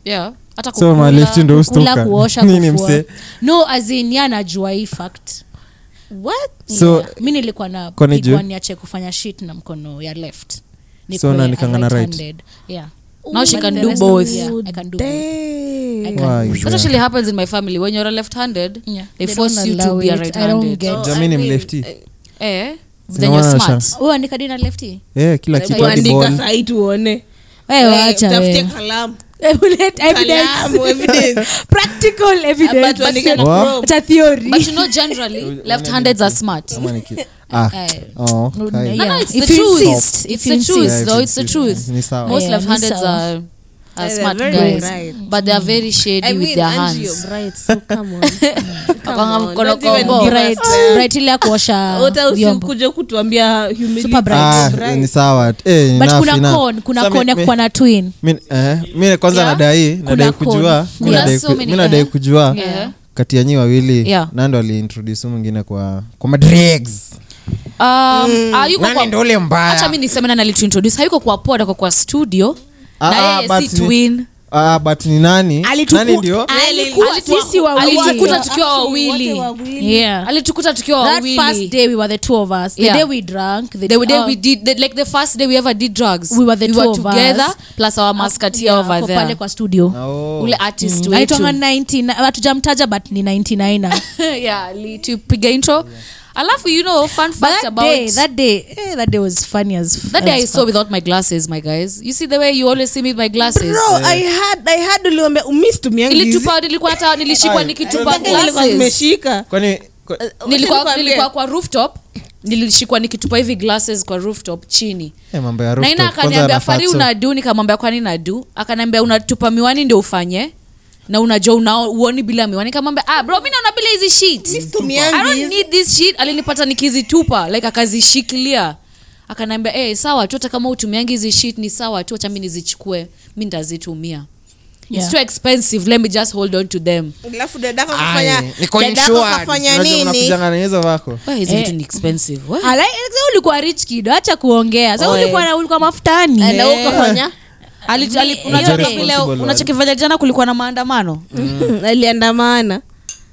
S2: yeah hata
S4: so
S2: kukula-
S4: malifti ndo
S6: kula
S4: ustuka
S6: kuosha
S4: nini
S6: kufua. Eh,
S4: mse
S6: no azin ya najua hii fact
S3: What?
S4: So-
S6: yeah. mi nilikuwa
S4: Kwani juu?
S6: napigwa niache kufanya shit na mkono ya left
S4: So
S6: Nikuwe
S4: unanikangana right?
S6: right-handed. Yeah.
S2: Now she
S6: Oh, But
S2: can
S6: the
S2: do
S6: rest of-
S2: both.
S6: yeah, I can do both.
S3: Damn.
S4: Why?
S2: That actually happens in my family when you're left handed
S6: Yeah.
S2: they
S6: They
S2: force
S6: don't
S2: you to
S6: allow
S2: be a
S6: it. I
S2: right
S6: don't
S2: handed
S6: get-
S4: jamini
S3: I mean,
S4: mlefti
S2: eh then
S4: Sinaona
S2: you're
S4: shang.
S2: smart
S6: Wewe Oh, andika dina lefty
S4: euh, Eh, kila kitu hadi
S3: Kuandika
S4: ball.
S3: sahi tuone
S6: Wewe
S3: Eh,
S6: acha
S3: tafute
S6: wewe.
S3: kalamu.
S6: Let evidence.
S3: Kalamu, evidence.
S6: Practical
S3: But
S6: evidence.
S3: tuandike na
S4: Wa?
S3: chrome.
S6: Acha theory.
S2: but you know generally left handeds are smart
S4: Kama ni ki- ah,
S6: Eh,
S4: oh, kai.
S2: No, no,
S6: Yeah.
S2: it's
S6: If
S2: the
S6: you
S2: truth.
S6: insist,
S2: It's
S6: if
S2: the
S6: you
S2: truth,
S6: insist.
S2: though.
S4: Yeah,
S2: It's the
S4: it's-
S2: truth.
S4: ni sawa.
S2: Most
S6: Yeah,
S2: left
S6: ni
S2: handeds
S6: sawa.
S2: are, are
S3: They're
S2: smart
S3: very
S2: guys,
S3: bright.
S2: but they are very shady
S3: I
S2: with
S3: mean,
S2: their
S3: Angie,
S2: hands.
S3: you're bright, so come on. Come
S2: Wakanga
S3: on,
S2: mkono
S3: don't even
S2: kombo.
S3: give
S6: Bright.
S3: us-
S6: Bright Oh, ile ya kuosha
S3: Hata
S6: vyombo.
S3: usikuja kutuambia humility.
S6: Super bright.
S4: Ah,
S3: Bright.
S4: ni sawa Eh,
S6: But
S4: enough,
S6: kuna
S4: enough.
S6: con, kuna
S4: Sasa mi-
S6: con ya
S4: mi-
S6: kuwa na twin.
S4: mi- eh, mi kwanza
S2: Yeah.
S4: nadai nadai
S6: con.
S4: kujua mi
S2: Kuna
S4: nadai
S2: so
S4: ku-
S2: many,
S4: mi nadai
S2: eh.
S4: kujua
S2: Yeah.
S4: kati ya nyi wawili
S2: Yeah.
S4: nando aliintroduce huyu mwingine kwa kwa madregs
S2: Um, hayuko
S4: Mm. nani ndo
S2: kwa
S4: ule mbaya
S2: acha mi niseme nani alituintroduce hayuko kwa pod ako kwa studio
S4: Ah,
S2: na
S4: ah,
S2: yeye si
S4: but ni-
S2: twin
S4: Ah, but ni nani nani ndio
S2: Ah.
S6: Alikuwa
S2: Alitua-
S6: sisi wawili.
S2: alitukuta tukiwa wawili
S6: Yeah.
S2: alitukuta tukiwa
S6: that
S2: wawili
S6: first day we were the two of us the
S2: Yeah.
S6: day we drank the,
S2: the day
S6: uh,
S2: we did the, like the first day we ever did drugs
S6: We were the
S2: we
S6: two
S2: were
S6: of us.
S2: together plus our musketeer
S6: yeah,
S2: over
S6: hapo
S2: there Mm.
S6: pale kwa studio
S4: Oh.
S2: ule artist wetu
S6: aitwanga hatujamtaja but ni 99
S2: yeah alitupiga intro alafu you know fun
S6: But
S2: fact
S6: that
S2: about
S6: day, that day, eh, that day was funny as f-
S2: that day
S6: as
S2: i saw
S6: fuck.
S2: without my glasses my guys you see the way you always see me with my glasses
S5: Bro, I had- I had uliombe- umistumiangi hizi.
S2: nilitupa nilikuwa hata nilishikwa
S4: Aye.
S2: nikitupa
S4: Nilikuwa
S2: glasses
S3: nimeshika
S4: kwani kwa-
S2: Uh, nilikuwa nilikuwa kwa rooftop nilishikwa nikitupa hivi glasses kwa rooftop chini
S4: Eh, mambo ya rooftop,
S2: naina
S4: kwanza
S2: akaniambia
S4: yanafaa
S2: fari
S4: so-
S2: unadu nikamwambia kwani nadu akaniambia unatupa miwani ndio ufanye na unajua una uoni bila miwani kamwambia ah, bro mi naona bila hizi shit I
S3: tumiangi
S2: don't need this shit alinipata nikizitupa like akazishikilia akanaambia hey, sawa tu hata kama utumiangi hizi shit ni sawa tu achami nizichukue mi ntazitumia It's
S6: Yeah.
S2: too expensive let me just hold on to them
S3: alafu dadako kafanya
S4: Aye, niko
S3: dadako
S4: insured.
S3: kafanya
S4: Unajua
S3: nini
S4: unakujanga na hizo wako
S2: Why is it expensive Why?
S6: I Ah, like- so ulikuwa rich kid acha kuongea so
S2: Oe.
S6: ulikuwa na ulikuwa mafutani
S3: Eh, na wewe ukafanya
S2: Ali- ali- unajua kwa vile
S4: responsible,
S2: unachokifanya jana kulikuwa na maandamano
S3: aliandamana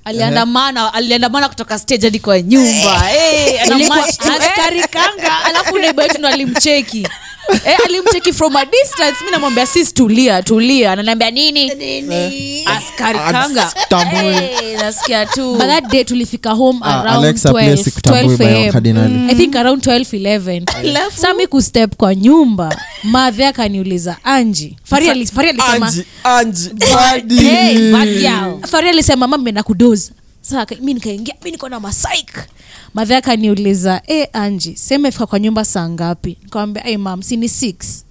S2: aliandamana aliandamana kutoka stage hadi kwa nyumba Eh,
S6: Ilikuwa
S2: anamash tu.
S6: askari
S2: kanga alafu neighbor yetu ndo alimcheki Eh, alimcheki from a distance mi namwambia sis tulia tulia ananiambia nini askari
S4: Ah,
S2: kanga
S4: Sitambui.
S2: Eh, nasikia tu
S6: but that day tulifika home
S4: Ah,
S6: around
S4: Alexa, please,
S6: 12,
S4: sikutambui
S6: 12
S4: by
S6: AM.
S4: wakadinali.
S6: i think around 12 11 sami kustep kwa nyumba madhe akaniuliza anji fari ali- Fari alisema
S4: Anji, Anji, Fadi.
S6: Hey, bad girl. fari alisema mama mmeenda kudoza saa ka- mi nikaingia mi niko na masaik madhe akaniuliza e anji semefika kwa nyumba saa ngapi nikawambia ai mam sini six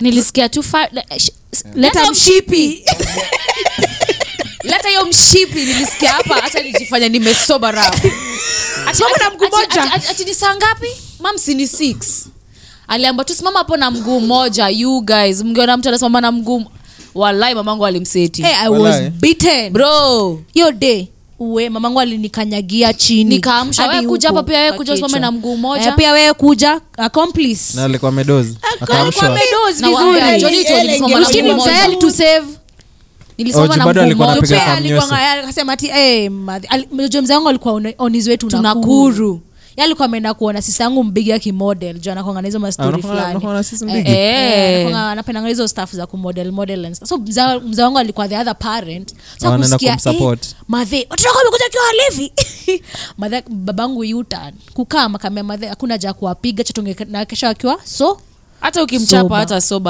S2: nilisikia tu fa- eh, sh- leta mshipi leta hiyo mshipi nilisikia hapa hacha nijifanya nimesobara ati ni saa ngapi mamsi ni six aliamba tusimama hapo na mguu moja you guys mngeona mtu anasimama na mguu walai mamangu alimseti
S6: hey, i
S4: Walai.
S6: was beaten
S2: bro
S6: hiyo day uwe mamangu alinikanyagia chini
S2: Nikaamsha,
S6: Hadi
S2: wewe kuja
S6: huko
S2: hapa, pia wewe
S6: kwa
S2: kuja usimame
S6: kichwa.
S2: na mguu moja.
S6: Eh, pia wewe kuja accomplice
S4: na alikuwa amedozi
S6: Ah, Alikuwa
S4: akaamshwa Oh,
S6: amedoze
S2: Na waambia,
S6: vizuri.
S2: Johnny tu alisimama na
S6: Maskini
S2: mguu
S6: mzee
S2: moja.
S6: alitusave.
S2: nilisoma
S4: Oji,
S2: na
S4: bado
S2: mguu
S4: alikuwa
S2: moja
S4: anapiga
S6: Pia
S4: kamnyoso.
S6: alikuwa nga- akasema ati, "Eh, madhi- ali- mjomba mzee wangu alikuwa on- on his way to Nakuru."
S2: Nakuru.
S6: Yeye alikuwa ameenda kuona sista yangu mbigi ya kimodel juu anakuangana hizo mastori
S4: Anakuwa-
S6: fulani
S4: anakuwa na sisi
S6: Eh,
S4: mbigi.
S6: eh,
S2: Eh.
S6: anakuanga- anapendanga hizo staff za kumodel model and stuff. so mzaa mzaa wangu alikuwa the other parent
S4: Na
S6: so
S4: wanaenda
S6: kusikia eh,
S4: kumsupport.
S6: madhe watoto wako wamekuja kiwa walevi madhe babangu yutan kukaa makamia madhe hakuna ja kuwapiga chatunge na kesho akiwa so
S2: hata ukimchapa
S6: Sober.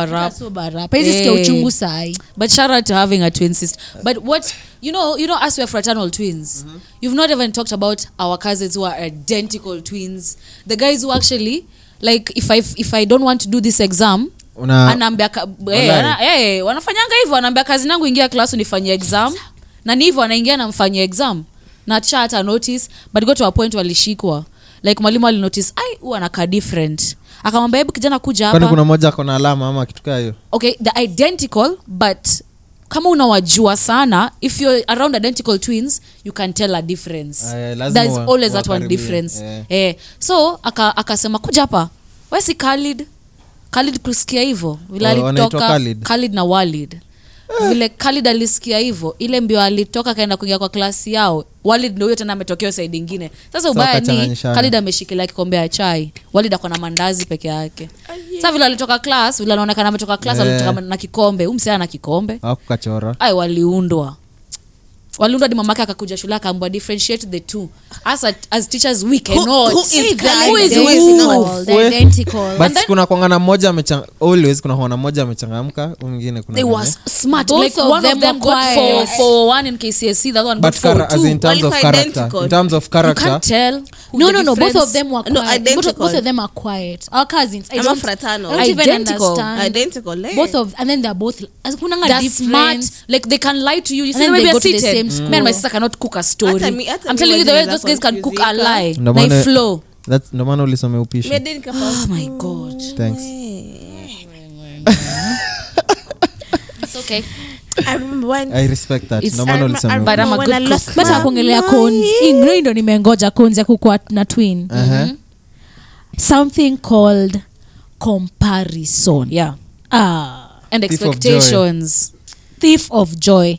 S2: hata soba rap
S6: pezi sikia
S2: Eh.
S6: uchungu sahi
S2: But shout out to having a twin sister. But what you know, you know, as we're fraternal twins, you've not even talked about our cousins who are identical twins. The guys who actually like if I if I don't want to do this exam
S4: Una-
S2: anaambia ka-
S4: Walai.
S2: eh, ana- eh, wanafanyanga hivyo anaambia kazi nangu ingia class unifanyie exam na ni hivyo anaingia namfanyia exam na cha hata notice but go to a point walishikwa like mwalimu alinotice ai huwa anakaa different akamwambia hebu kijana kuja
S4: kwani
S2: hapa
S4: kuna moja ako na alama ama kitu kaa hiyo
S2: okay the identical but kama unawajua sana if you're around identical twins you can tell a difference
S4: Aye, Ah, lazima
S2: there's
S4: wa-
S2: always that one
S4: wakaribie,
S2: difference
S4: yeah.
S2: eh, so aka- akasema kuja hapa we si khalid khalid kusikia hivyo vile
S4: Wa- wanaitwa
S2: alitoka
S4: Oh, Khalid. Eh.
S2: khalid na walid vile khalid alisikia hivyo ile mbio alitoka akaenda kuingia kwa klasi yao walid ndio huyo tena ametokea saidi ingine sasa ubaya ni
S4: wakachanganyishana.
S2: khalid ameshikilia kikombe ya chai walid ako na mandazi peke yake sa vile alitoka klas vile anaonekana ametoka klas
S4: Eh.
S2: alitoka na kikombe umsiana na kikombe
S4: awakukachora
S2: ai waliundwa waliundwa ni mamake akakuja shule akaambwa differentiate the two as, a, as teachers we cannot
S3: who is
S2: See,
S3: Khalid?
S2: who is
S3: Who is
S2: who?
S3: not?
S4: but kuna kwangana moja amechang- always kuna kwangana moja amechangamka huyu mwingine kuna
S2: they were
S4: mwenye-
S2: s- smart
S6: Both
S2: like
S6: of
S2: one
S6: them
S2: of them
S6: were
S2: got
S6: quiet.
S2: 441 in KCSE E, the other one got
S4: but chara- as
S2: 42
S4: in terms of
S3: Walikuwa
S4: character
S3: identical.
S4: in terms of
S2: you
S4: character
S2: can't tell who
S6: no
S2: the
S6: no no both
S2: difference-
S6: of them were
S3: No,
S6: quiet. both, of,
S3: identical.
S6: both of them are quiet our cousins I
S3: Ama
S6: don't,
S3: fraternal.
S6: I don't even
S2: Identical.
S6: understand
S3: Identical, eh?
S6: both of and then they're both as kunanga
S2: they're smart
S6: difference
S2: like they can lie to you you see
S6: then
S2: maybe
S6: they go
S2: you're
S6: to the
S2: seated
S6: same
S2: mm.
S6: school.
S2: me and my sister cannot cook a story
S3: Hata mi- hata
S2: I'm
S3: mi
S2: telling you the way
S3: wajina
S2: those guys can cook a
S3: confuse
S2: lie
S4: Ndo
S2: na
S4: maana-
S2: flow
S4: That's- ndo maana ulisome upishi
S3: Mimi hadi nikapa-
S2: oh my god
S4: thanks
S2: it's okay
S3: I remember when-
S4: i respect that
S2: It's-
S4: ndo maana
S3: I
S4: ulisome
S3: remember-
S2: But I'm a
S3: when
S2: good
S3: I lost
S2: cook.
S3: my
S6: bata kuongelea
S3: mind.
S6: cons ingroi ndo nimengoja cons ya kukuwa na twin
S4: upi- Aha.
S6: something called comparison
S2: yeah
S6: ah,
S2: and
S4: Thief of joy.
S2: expectations
S6: thief of joy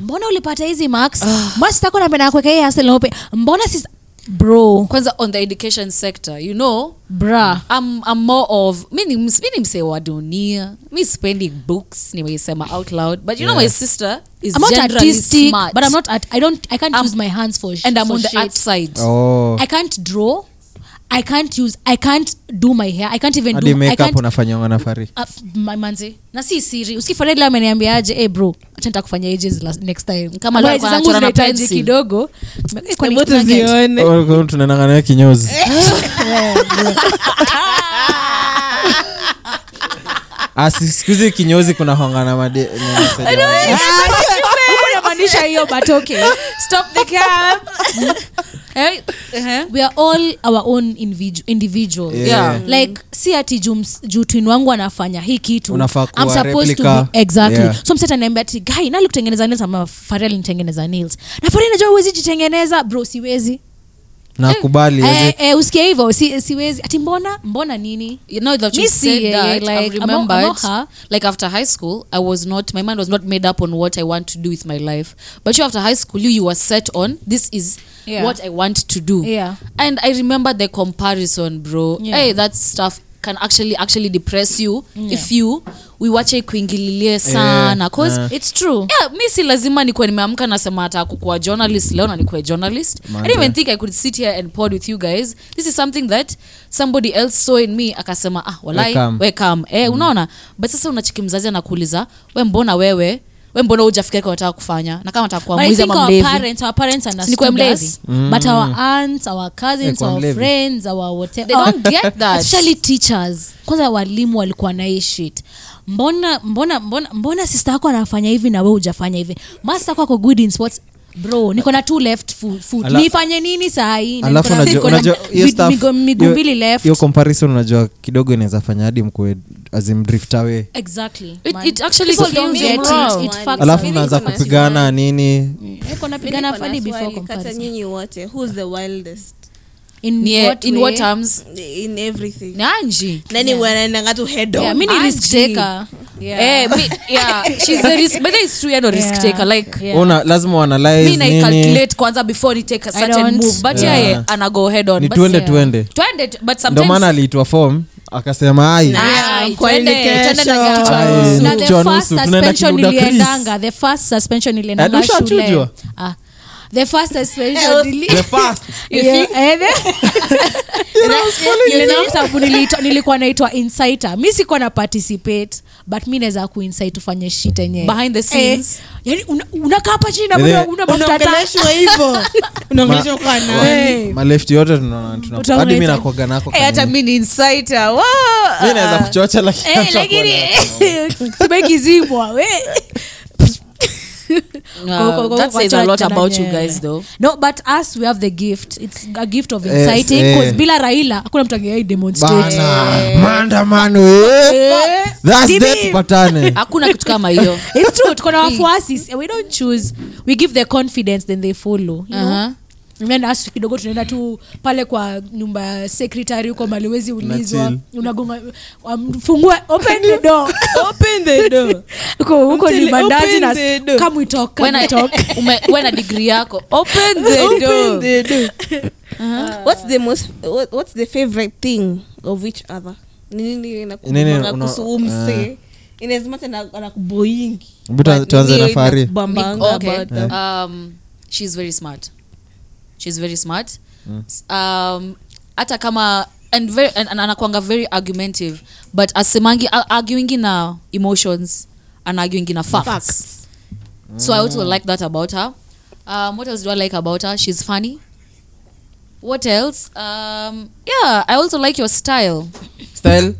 S6: mbona ulipata hizi max mbona sitako napenda kuweka hii hasa lope mbona sis bro
S2: kwanza on the education sector you know
S6: bra
S2: I'm, I'm more of mi ni mi ni msee wa dunia mi spendi books nimeisema out loud but you know my sister is
S6: i'm not
S2: generally
S6: artistic
S2: smart
S6: but i'm not art- i don't i can't
S2: I'm-
S6: use my hands for sh-
S2: and i'm
S6: for
S2: on the
S6: shit.
S2: art side
S4: oh.
S6: i can't draw i can't use i can't do my hair i can't even
S4: hadi
S6: do i
S4: makeup
S6: can't
S4: unafanyanga na Fari.
S6: Ah, f- ma- manze na si siri usikifaredi la ameniambiaje hey "Eh, bro acha nitakufanyia ages la- next time
S2: Kama
S6: Ambayo
S2: alikuwa
S6: ages zangu
S2: anachora na
S6: zinahitaji
S2: pencil.
S6: kidogo Me- eh, kwani
S3: Hebu
S6: kuna get-
S3: tuzione.
S4: Oh, kwa hiyo tunaendanga naye kinyozi Ah, si- siku hizi kinyozi kuna honga na made- na masajala.
S6: Huku namaanisha hiyo but okay
S2: stop the cab Eh, eh.
S6: we are all our own individu- individuals
S4: Yeah.
S2: Yeah.
S6: like si ati juu ms- juu twin wangu anafanya hii kitu
S4: Unafaa
S6: I'm
S4: kuwa
S6: supposed to
S4: replica.
S6: be- exactly
S4: Yeah.
S6: so mseta naambia ati gai nali kutengeneza nails ama farel nitengeneza nails na farel najua huwezi jitengeneza bro siwezi
S4: nakubali yaani,
S6: eh,
S4: wezi-
S6: eh, usikie hivyo si, siwezi ati mbona mbona nini
S2: you know that you
S6: Me
S2: said
S6: see,
S2: that
S6: yeah,
S2: I
S6: like, I'm all- I'm
S2: remembered
S6: all her.
S2: like after high school I was not my mind was not made up on what I want to do with my life but you after high school you you were set on this is
S6: Yeah.
S2: what I want to do
S6: Yeah.
S2: and I remember the comparison bro
S6: Yeah.
S2: hey that stuff can actually actually depress you
S6: Yeah.
S2: if you wiwache kuingililie sana cause
S4: eh.
S6: it's true
S2: yeah, mi si lazima nikuwe nimeamka nasema hata kukuwa journalist leo na nikuwe journalist i didn't even think i could sit here and pod with you guys this is something that somebody else saw in me akasema ah walai
S4: Welcome.
S2: wekam eh, unaona but sasa unachiki mzazi anakuuliza we mbona wewe we mbona ujafika kwa wataka kufanya na kama wataka kuwa
S6: But I
S2: mwizi
S6: think
S2: ama
S6: our
S2: mlevi
S6: parents- our parents understood
S2: Sikuwa mlevi.
S6: us,
S4: Mm.
S6: but our aunts, our cousins,
S4: Sikuwa
S6: our
S4: mlevi.
S6: friends, our whatever-
S2: They don't get that.
S6: Especially teachers kwanza walimu walikuwa na hii shit mbona mbona mbona, mbona sister yako anafanya hivi na we hujafanya hivi master yako ako good in sports bro niko na two left fo- foot
S4: Ala-
S6: nifanye nini saa hii Na
S4: alafu unajua-
S6: niko na- niko na
S4: unajua hiyo
S6: mi-
S4: stuff-
S6: migo- miguu
S4: hiyo-
S6: mbili left
S4: hiyo comparison unajua kidogo inaweza fanya hadi mkue azimdrift away
S6: exactly
S2: It-
S6: man.
S2: it actually
S6: People
S2: kills
S6: don't
S2: you,
S6: get
S2: bro.
S6: it. It fucks
S4: alafu
S6: us.
S3: Mimi
S4: mnaanza
S3: niko na
S4: kupigana nini
S6: Niko
S3: Mimi
S6: napigana
S3: niko na
S6: fadi before
S3: swali, kata
S6: comparison.
S3: nyinyi wote who's the wildest
S6: In
S2: Yeah,
S6: what
S2: in what
S6: way?
S2: terms
S3: in everything
S2: ni anji
S5: nani wanaendanga tu head on?
S6: Yeah, mi ni
S2: Angie.
S6: risk taker.
S2: Eh, mi- yeah, she's a risk- but it's true, you're not risk
S6: Yeah.
S2: taker. Like,
S6: Yeah.
S4: una lazima
S2: mi
S4: uanalyze nini
S2: naicalculate kwanza before ni take a
S6: I
S2: certain
S6: don't.
S2: move but
S4: Yeah.
S2: yeah. yeye ana go head on
S4: ni
S2: But
S4: tuende
S6: yeah.
S4: tuende
S2: twende tu- but
S4: ndio maana
S2: sometimes
S4: aliitwa form akasema ai
S2: Ai,
S3: Kwa
S2: twende,
S3: nini kesho?
S2: twende na kichwa
S4: Ai,
S2: nusu.
S6: na
S4: nusu.
S6: the
S4: Kichwa
S6: first
S4: nusu, tunaenda
S6: suspension
S4: kibuda Chris.
S6: iliendanga the first suspension iliendanga
S4: Eh, ushachujwa?
S6: shule ah, the first suspension ili-
S4: The first.
S6: Yeah, eh, the- Ile na sababu niliitwa- nilikuwa naitwa inciter mi sikuwa na participate but mi naweza kuinsit tufanye shit yenyewe.
S2: Behind the scenes.
S6: eh, yani una- unakaa hapa chini na
S4: Eh,
S6: una- una mafuta taa.
S5: Unaongeleshwa hivyo unaongeleshwa kwa nani
S4: malefti yote tunaona tuna- hadi mi nakwaga nako
S2: Eh, hata
S4: kanini.
S2: mi Ah. ni insider. Wow.
S4: mi naweza kuchocha lakini
S6: Eh,
S4: hata
S6: lakini
S4: kuona.
S6: tumekizimwa we Go, go, go,
S2: that says a
S6: wacha
S2: lot
S6: tena
S2: about you
S6: nyewe.
S2: guys though
S6: no but us we have the gift it's a gift of
S4: Yes,
S6: inciting
S4: eh.
S6: 'cause bila raila hakuna mtu angeai demonstrate
S4: Bana, maandamano eh. That's eh. it, tupatane
S2: hakuna kitu kama hiyo
S6: it's true tuko na wafuasi si- we don't choose we give the confidence then they follow you know?
S2: Aha.
S6: And then us kidogo tunaenda tu pale kwa nyumba ya secretary huko maliwezi ulizwa
S4: chill.
S6: unagonga um, fungua open the door
S5: open the door
S6: huko huko ni
S5: Mtili,
S6: mandazi
S5: open
S6: na
S5: the door.
S6: come we talk come
S2: When
S6: we
S2: I-
S6: talk
S2: ume- when a degree yako
S5: open the door, the door.
S3: what's the most what, what's the favorite thing of each other Ni nini inakubumbanga
S4: una- uh,
S3: kuhusu huyu msee In as much ana- anakuboyingi
S4: Hebu tuanze-
S3: But
S4: tuanze
S3: ndio
S4: na Fahari.
S3: inakubambanga
S2: Ni- okay.
S3: about them.
S2: um, she's very smart she's very smart S- um, hata kama and very, and, and anakwanga very argumentive but asemangi a- arguingi na emotions and arguingi na facts, so i also like that about her um, what else do i like about her she's funny what else um, yeah i also like your style
S4: Style,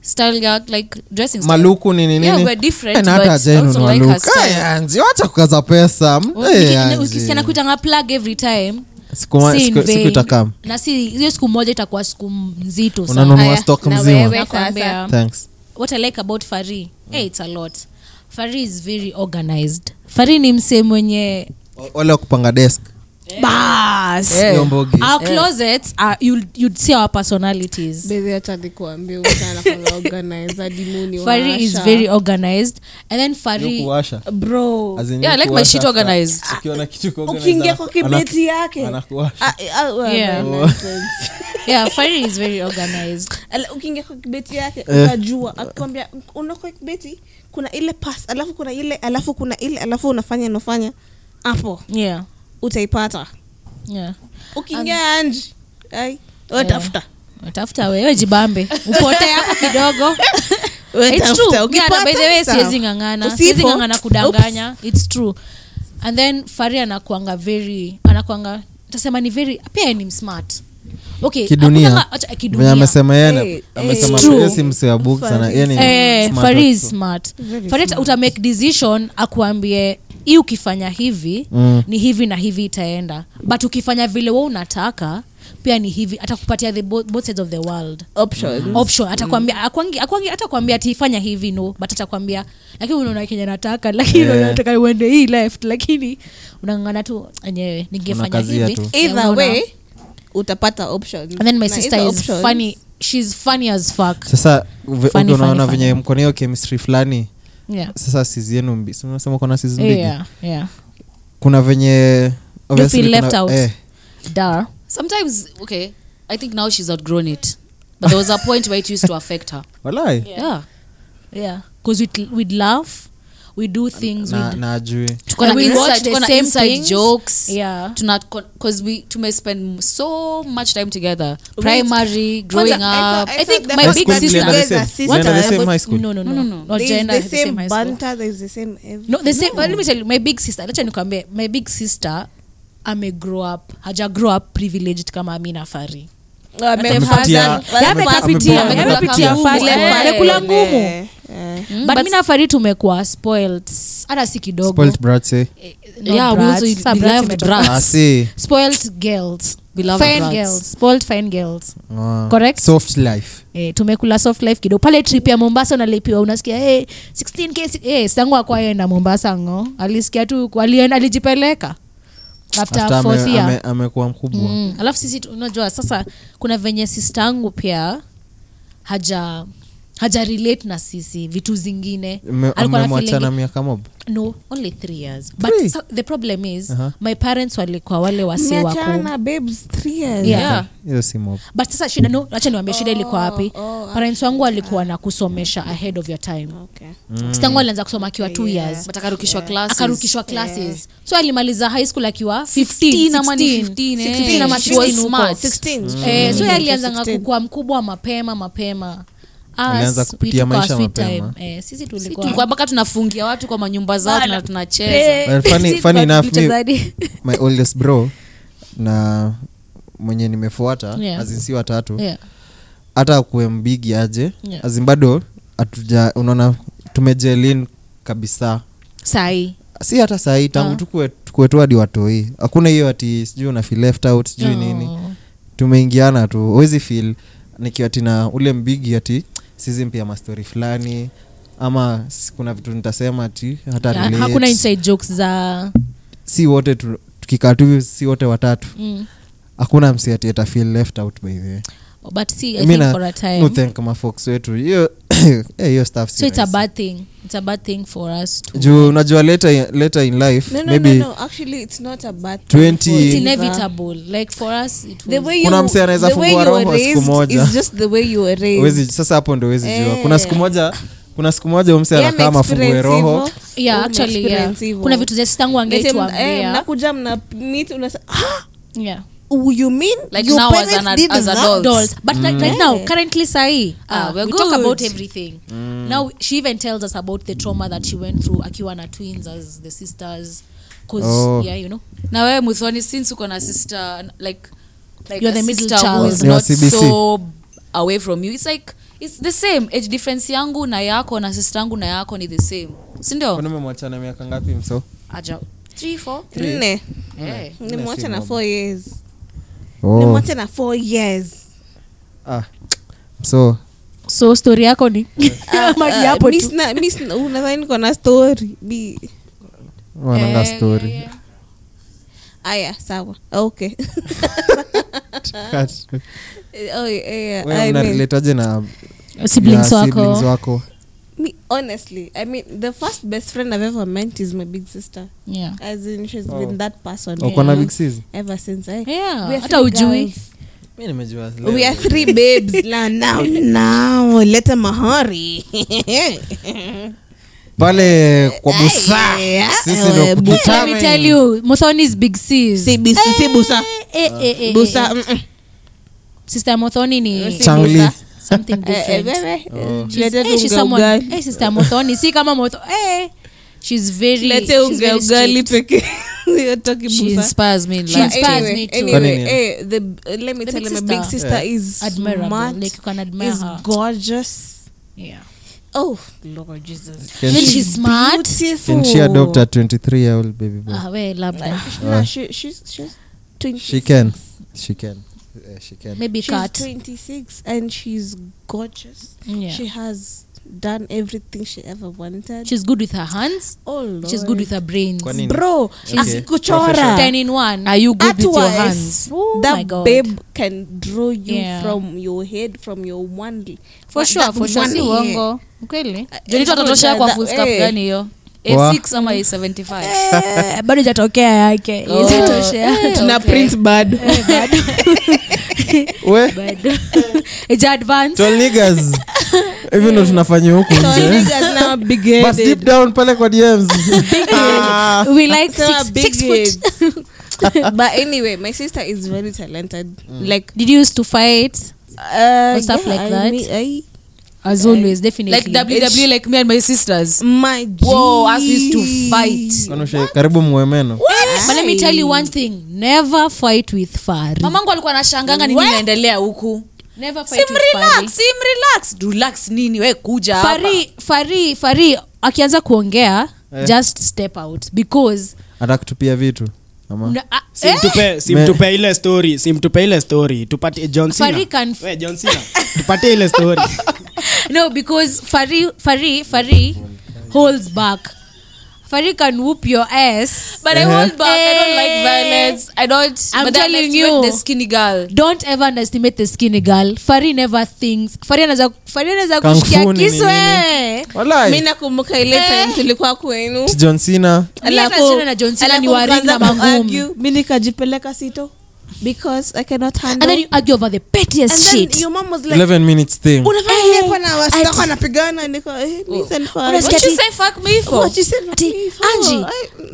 S2: style yeah, like dressing style.
S4: maluku ni nini
S2: Yeah,
S4: nini?
S2: we're different,
S4: Eh, na hata
S2: but
S4: Jen
S2: also
S4: una
S2: like her
S4: look.
S2: style.
S4: Eh, Anzi, wacha kukaza pesa Mm, eh, Anzi.
S6: ukisiana kuitanga plug every time
S4: Siku ma-
S6: si in
S4: siku- siku
S6: vain.
S4: itakam.
S6: na si hiyo siku moja itakuwa siku mzito sana.
S4: unanunua
S3: Haya,
S4: stock
S3: na
S4: mzima
S3: wewe sasa.
S6: Nakwambia.
S4: Thanks.
S6: what i like about fari eh, it's a lot fari is very organized fari ni msee mwenye
S4: O- wale wa kupanga desk
S6: bas
S2: Eh.
S4: Hiyo mbogi.
S6: our closets are you'll, you'd see our personalities
S3: bedhi hata nikuambia utanafanga organize adimuni
S6: fari is very organized and then
S4: Hiyo
S6: fari
S4: kuwasha.
S3: bro
S4: As in
S2: Yeah, I
S4: hiyo
S2: like my
S4: kuwasha
S2: shit
S4: after-
S2: organized.
S4: ukiona kitu iko organized,
S3: ukiingia
S4: ana-
S3: kwa
S4: ana-
S3: kibeti yake
S4: anakuwasha. Oh.
S3: Ah, ah, well,
S6: Yeah.
S3: that makes sense.
S6: yeah fari is very organized
S3: Ala- ukiingia kwa kibeti yake
S4: Eh.
S3: ukajua akikwambia unakwa kibeti kuna ile pas alafu kuna ile alafu kuna ile alafu unafanya nafanya hapo
S6: yeah
S3: utaipata
S6: yeah
S3: ukiingia
S6: Um,
S3: anji ai watafuta
S6: tafuta wewe jibambe upote hapo kidogo It's
S3: Watafuta,
S6: true. Yeah,
S3: ukipata,
S6: by the way,
S3: sawa.
S6: siwezi ng'ang'ana
S3: Usipo,
S6: siwezi ng'ang'ana kudanganya
S3: oops.
S6: its true and then fari anakuanga very anakuanga tasema ni very pia yeye ni msmart okay
S4: Kidunia.
S6: hakuna ka- acha, eh,
S4: Venye
S6: kidunia
S4: amesema yeye ana-
S3: Eh,
S4: amesema
S6: eh.
S4: yeye si msee wa books, ana- yeye ni
S6: Eh,
S4: smart
S6: Fari is
S4: watu.
S6: smart. Fari ata- utamake decision akuambie hii ukifanya hivi
S4: Mm.
S6: ni hivi na hivi itaenda but ukifanya vile we unataka pia ni hivi atakupatia the bo- both sides of the world
S4: Mm.
S3: options
S6: option atakwambia akwangi akwangi atakwambia tifanya hivi no but atakwambia lakini unaona kenye nataka lakini
S4: Yeah.
S6: unaona nataka uende hii left lakini unangana tu enyewe ningefanya
S4: Unakazia
S6: hivi
S4: tu.
S3: either
S6: Unaona?
S3: way utapata options
S6: and then my
S3: Na
S6: sister
S3: hizo
S6: is
S3: options-
S6: funny she's funny as fuck
S4: sasa uve-
S6: Funny,
S4: unaona
S6: funny, funny.
S4: venye mko na hiyo chemistry fulani
S6: yeah
S4: sasa sizi yenu mbi- si unasema uko na sizi mbili
S6: Eh, yeah yeah
S4: kuna venye obviously
S6: feel left
S4: kuna-
S6: out.
S4: eh,
S6: dar
S2: sometimes okay i think now she's outgrown it but there was a point where it used to affect her
S4: walai
S2: yeah
S6: yeah because we'd, we'd laugh we do things
S4: Na-
S6: we'd,
S4: na ajui
S2: tuko na
S6: And we
S2: inside-
S6: watch the
S2: tuko na
S6: same
S2: inside
S6: things.
S2: jokes
S6: Yeah.
S2: tuna because we tume spend so much time together primary growing
S3: Kwanza, I
S2: up
S3: thought-
S2: i,
S3: I
S2: think
S3: thought
S2: my
S3: the
S2: big
S3: fact that
S2: sister
S3: you guys are
S4: They are the same high school.
S6: no no no
S2: No,
S6: no,
S2: no, no.
S6: Not
S3: There is
S6: gender,
S3: the
S6: the
S3: same
S6: high school.
S3: banter, there is the same everything.
S6: no the same but let me tell you my big sister acha nikwambie my big sister ame grow up haja grow up privileged kama amina fari
S4: Amepitia-
S6: Yeah, ametapitia,
S4: ame-
S6: Yaani amepitia
S2: ame-
S6: fast,
S2: ame-
S6: amekula
S2: ame-
S6: ngumu
S2: Mm,
S6: but
S2: but-
S6: mi na fari tumekuwa spoiled hata si kidogo
S4: Spoilt brats, eh.
S6: Not
S2: Yeah, we
S6: brats.
S2: also
S6: Sasa
S2: we
S6: brats
S2: loved
S6: imetoka.
S2: brats.
S4: Ah, see.
S6: spoiled girls
S2: We loved
S6: fine
S2: brats.
S6: girls spoiled fine girls
S4: Ah.
S6: Correct?
S4: Soft life.
S6: eh, tumekula soft life kidogo pale trip ya mombasa unalipiwa unasikia hey, 16k si- eh, sitangu akwaenda mombasa ngo alisikia tu alienda alijipeleka after,
S4: After ame-
S6: fourth year
S4: ame- amekuwa mkubwa
S6: mm. alafu sisi tu- unajua sasa kuna venye sistangu pia haja haja relate na sisi vitu zingine
S4: Mme-
S6: Alikuwa na
S4: mmemwachana
S6: feeling-
S4: miaka mob
S6: no only three years but
S4: Three? Uh-huh.
S6: So, the problem is
S4: Aha.
S6: my parents walikuwa wale wasi wako
S3: Mmeachana, babes, three years.
S6: Yeah.
S2: Yeah.
S4: hiyo si mob
S6: but sasa shida no acha niwambia shida ilikuwa wapi
S3: oh,
S6: parents wangu walikuwa na kusomesha ahead of your time
S3: Okay.
S6: sitangu alianza kusoma akiwa two years
S2: but akarukishwa classes.
S6: akarukishwa classes so alimaliza high school akiwa
S2: 16 ama ni 15, eh.
S6: 16 ama
S2: She was
S6: 16 huko.
S2: smart.
S3: 16.
S4: Mm.
S6: Eh, so
S3: Yeah,
S6: alianzanga
S3: 16.
S6: kukua mkubwa mapema mapema
S4: Alianza
S6: Us,
S4: kupitia
S6: we took our
S4: maisha
S6: sweet
S4: mapema.
S6: time. Eh, sisi
S2: tulikuwa mpaka tunafungia watu kwa manyumba zao na tunacheza
S6: Eh,
S4: Well, funny- funny enough, mi-
S6: tulikwafunny
S4: my oldest bro na mwenye nimefuata
S6: Yeah.
S4: azinsi watatu hata akuwe mbigi aje
S6: Yeah.
S4: azin bado hatuja unaona tumejelin kabisa
S6: sai
S4: si hata sahii
S6: Ah.
S4: tangu tukue tukue tu hadi watoi hakuna hiyo ati sijui una feel left out sijui nini tumeingiana tu huwezi feel nikiwa tina ule mbigi ati sizi mpia mastori fulani ama s- kuna vitu nitasema ati hata
S6: Ha-
S4: relate.
S6: hakuna inside jokes za
S4: si wote tu- tukikaa tu hivi, si wote watatu
S6: Mm.
S4: hakuna msi ati ata feel left out by the way
S6: but see, I
S4: Mi
S6: think
S4: na-
S6: for a time
S4: no thank kama fox wetu hiyo eh, hiyo stuff si
S6: so it's a
S4: rahisi.
S6: bad thing it's a bad thing for us to
S4: juu unajua later, later in life
S3: No, no,
S4: maybe
S3: no, no. Actually, it's not a bad thing
S4: 20
S3: for
S6: it's
S3: either.
S6: inevitable like for us it
S3: The
S6: was
S3: way
S4: Kuna
S3: you-
S4: msee anaweza
S3: the way
S4: fungua
S3: you
S4: roho
S3: were
S4: siku
S3: raised
S4: moja.
S3: is just the way you were raised.
S4: Huwezi- sasa hapo ndo wezi jua
S3: Eh.
S4: kuna siku moja kuna siku moja umse
S3: Yeah,
S4: anakaa mafungue
S3: experience
S4: roho
S3: hivyo.
S6: yeah,
S3: Una
S6: actually, yeah.
S3: experience hivyo.
S6: kuna vitu zesitangu
S3: Lete mna- eh,
S6: angetuambia
S3: mnakuja mna meet unasa "Ah,
S6: yeah.
S3: oh, you mean
S2: Like
S3: your
S2: now as
S3: parents
S2: an-
S3: did
S2: as
S3: that?"
S2: adults.
S6: adults but like right now currently sahi
S2: Ah,
S6: uh,
S2: we're
S6: we talk
S2: good.
S6: about everything now she even tells us about the trauma that she went through akiwa na twins as the sisters cause
S4: Oh.
S6: yeah you know
S2: na wewe muthoni since uko na sister like, like
S6: You're
S2: a
S6: the middle
S2: sister who
S6: child.
S2: is
S4: Ni wa
S2: not
S4: CBC.
S2: so away from you it's like it's the same age difference yangu na yako na sister yangu na yako ni the same sindio
S4: nimemwachana miaka ngapi mso
S2: aja Three, four?
S3: Nne.
S2: Eh.
S3: Nimwacha na
S4: mob.
S3: four years.
S4: Oh.
S6: Oh.
S3: Nimwacha na four years.
S4: Ah. so
S6: so story yako ni
S5: Uh,
S3: Ah,
S6: mali hapo
S3: mi
S6: tu
S3: sina- mi sina-
S6: Eh,
S3: unadhani niko na story Bi-
S4: wananga story
S3: aya sawa okay oh, yeah, I mean-
S4: unareletaje na
S6: Uh, siblings
S4: na
S6: wako.
S4: siblings wako
S3: me honestly i mean the first best friend i've ever met is my big sister
S6: Yeah.
S3: as in she's
S4: Oh.
S3: been that person
S4: Uko na big sis?
S3: ever since eh. I,
S6: Yeah,
S3: we are
S6: hata
S3: three
S6: hujui.
S3: girls. we are three babes la now
S5: now leta mahari
S4: pale kwa busaa
S5: Yeah.
S4: sisi ndo
S5: Eh,
S6: Let me tell
S4: kututame
S6: you, Muthoni's big sis.
S5: Sibi- sibusa.
S6: Eh, eh, eh, eh.
S5: Uh, Busa, mm-mm.
S6: Sister Muthoni ni
S4: changli
S6: something
S5: Eh,
S3: eh,
S6: different. She's- eh, she's someone- eh, Sister Muthoni, si kama Mutho- eh. She's very-
S3: lete
S6: she's very
S3: ugaugali
S6: strict.
S3: peke yotoki
S2: She inspires me in
S6: She
S2: life.
S6: inspires
S2: too.
S6: me
S3: anyway,
S6: too.
S4: Kwani
S3: anyway,
S4: nini?
S3: eh, the, uh, let me
S6: The
S3: tell
S6: big
S3: you, my big
S6: sister.
S3: sister is
S6: Admirable.
S3: smart,
S6: Like, you can admire
S3: is
S6: her.
S3: gorgeous.
S6: Yeah.
S3: Oh Lord Jesus,
S4: Can
S6: Then
S4: she-
S6: she's smart.
S3: beautiful.
S4: can she adopt a 23 year old baby boy
S6: Ah, we labda.
S3: Nah, she, she's she's twenty.
S4: she can she can Eh, she can
S6: Maybe
S3: She's
S6: cut.
S3: 26 and she's gorgeous.
S6: Yeah.
S3: She has done everything she ever wanted.
S6: She's good with her hands.
S3: oh Lord.
S6: She's good with her brains.
S4: Kwa nini?
S3: bro.
S4: Okay.
S3: Kuchora.
S6: Ten in one.
S2: Are you good
S3: At
S2: with your
S3: once,
S2: hands?
S6: Oh my
S3: that
S6: God.
S3: babe can draw you
S6: Yeah.
S3: from your head, from your one.
S6: For
S3: that
S6: sure, for sure. Si
S3: one hair.
S6: uongo. Kweli?
S2: Jonito atatoshea eh, kwa
S3: that-
S2: full stop
S3: eh.
S2: gani hiyo?
S4: Wa-
S2: A6 ama A75?
S6: Eh, bado jatokea yake
S2: Oh. Eh,
S6: Tuna
S2: okay.
S6: print bado
S4: we
S6: Ija advance.
S4: tall niggas hivi ndo tunafanya huku nje but deep down pale kwa DMs Ah,
S6: we like
S3: So
S6: six,
S3: a big
S6: six foot
S3: but anyway, my sister is very talented. Like
S6: did you used to fight
S3: uh,
S6: Or stuff like
S3: I
S6: that?
S3: mean, I-
S6: as always definitely
S2: Eh. Like WW, like me and my sisters.
S3: my
S2: Whoa, us
S3: G.
S2: used to fight.
S4: kwani ushe- karibu mwemeno
S6: Eh, but let me tell you one thing never fight with fari
S2: mamangu alikuwa anashanganga nini inaendelea huku
S6: never fight with fari
S2: simrelax simrelax relax nini we kuja hapa.
S6: fari fari fari akianza kuongea
S4: Eh.
S6: just step out because
S4: atakutupia vitu ama
S6: na- ah, eh,
S7: simtupe simtupe ile story simtupe ile story tupate john
S6: Fari can-
S7: Cena. We, john Cena. tupate ile story
S6: no because fari fari fari holds back fari can whoop your ass
S2: But I
S4: Uh-huh.
S2: hold back. I don't like
S6: Eh.
S2: violence. I don't.
S6: I'm
S2: but then I
S6: telling
S2: like
S6: you.
S2: The skinny girl.
S6: don't ever underestimate the skinny girl fari never thinks fari anaweza fari anaweza
S4: Kung
S6: kushkia
S4: fu ni
S6: kisu
S4: nini?
S6: eh.
S4: Walai,
S3: mi nakumbuka ile time tulikuwa kwenu
S4: John Cena
S6: Alafu- Jenna Eh. na John Cena
S3: alafu
S6: ni waringa
S3: mkaanza
S6: magumu.
S3: ku-argue, mi nikajipeleka sito because i cannot handle
S6: and then you argue over the pettiest
S3: And then
S6: shit
S3: your mom was like
S4: 11 minutes thing
S3: unafanya nini hapa na wasichana wanapigana niko eh, me send for-
S6: Unasikia
S2: What
S6: ati-
S2: you say? Fuck me for.
S3: What you said,
S6: Ati,
S3: for?
S6: Angie,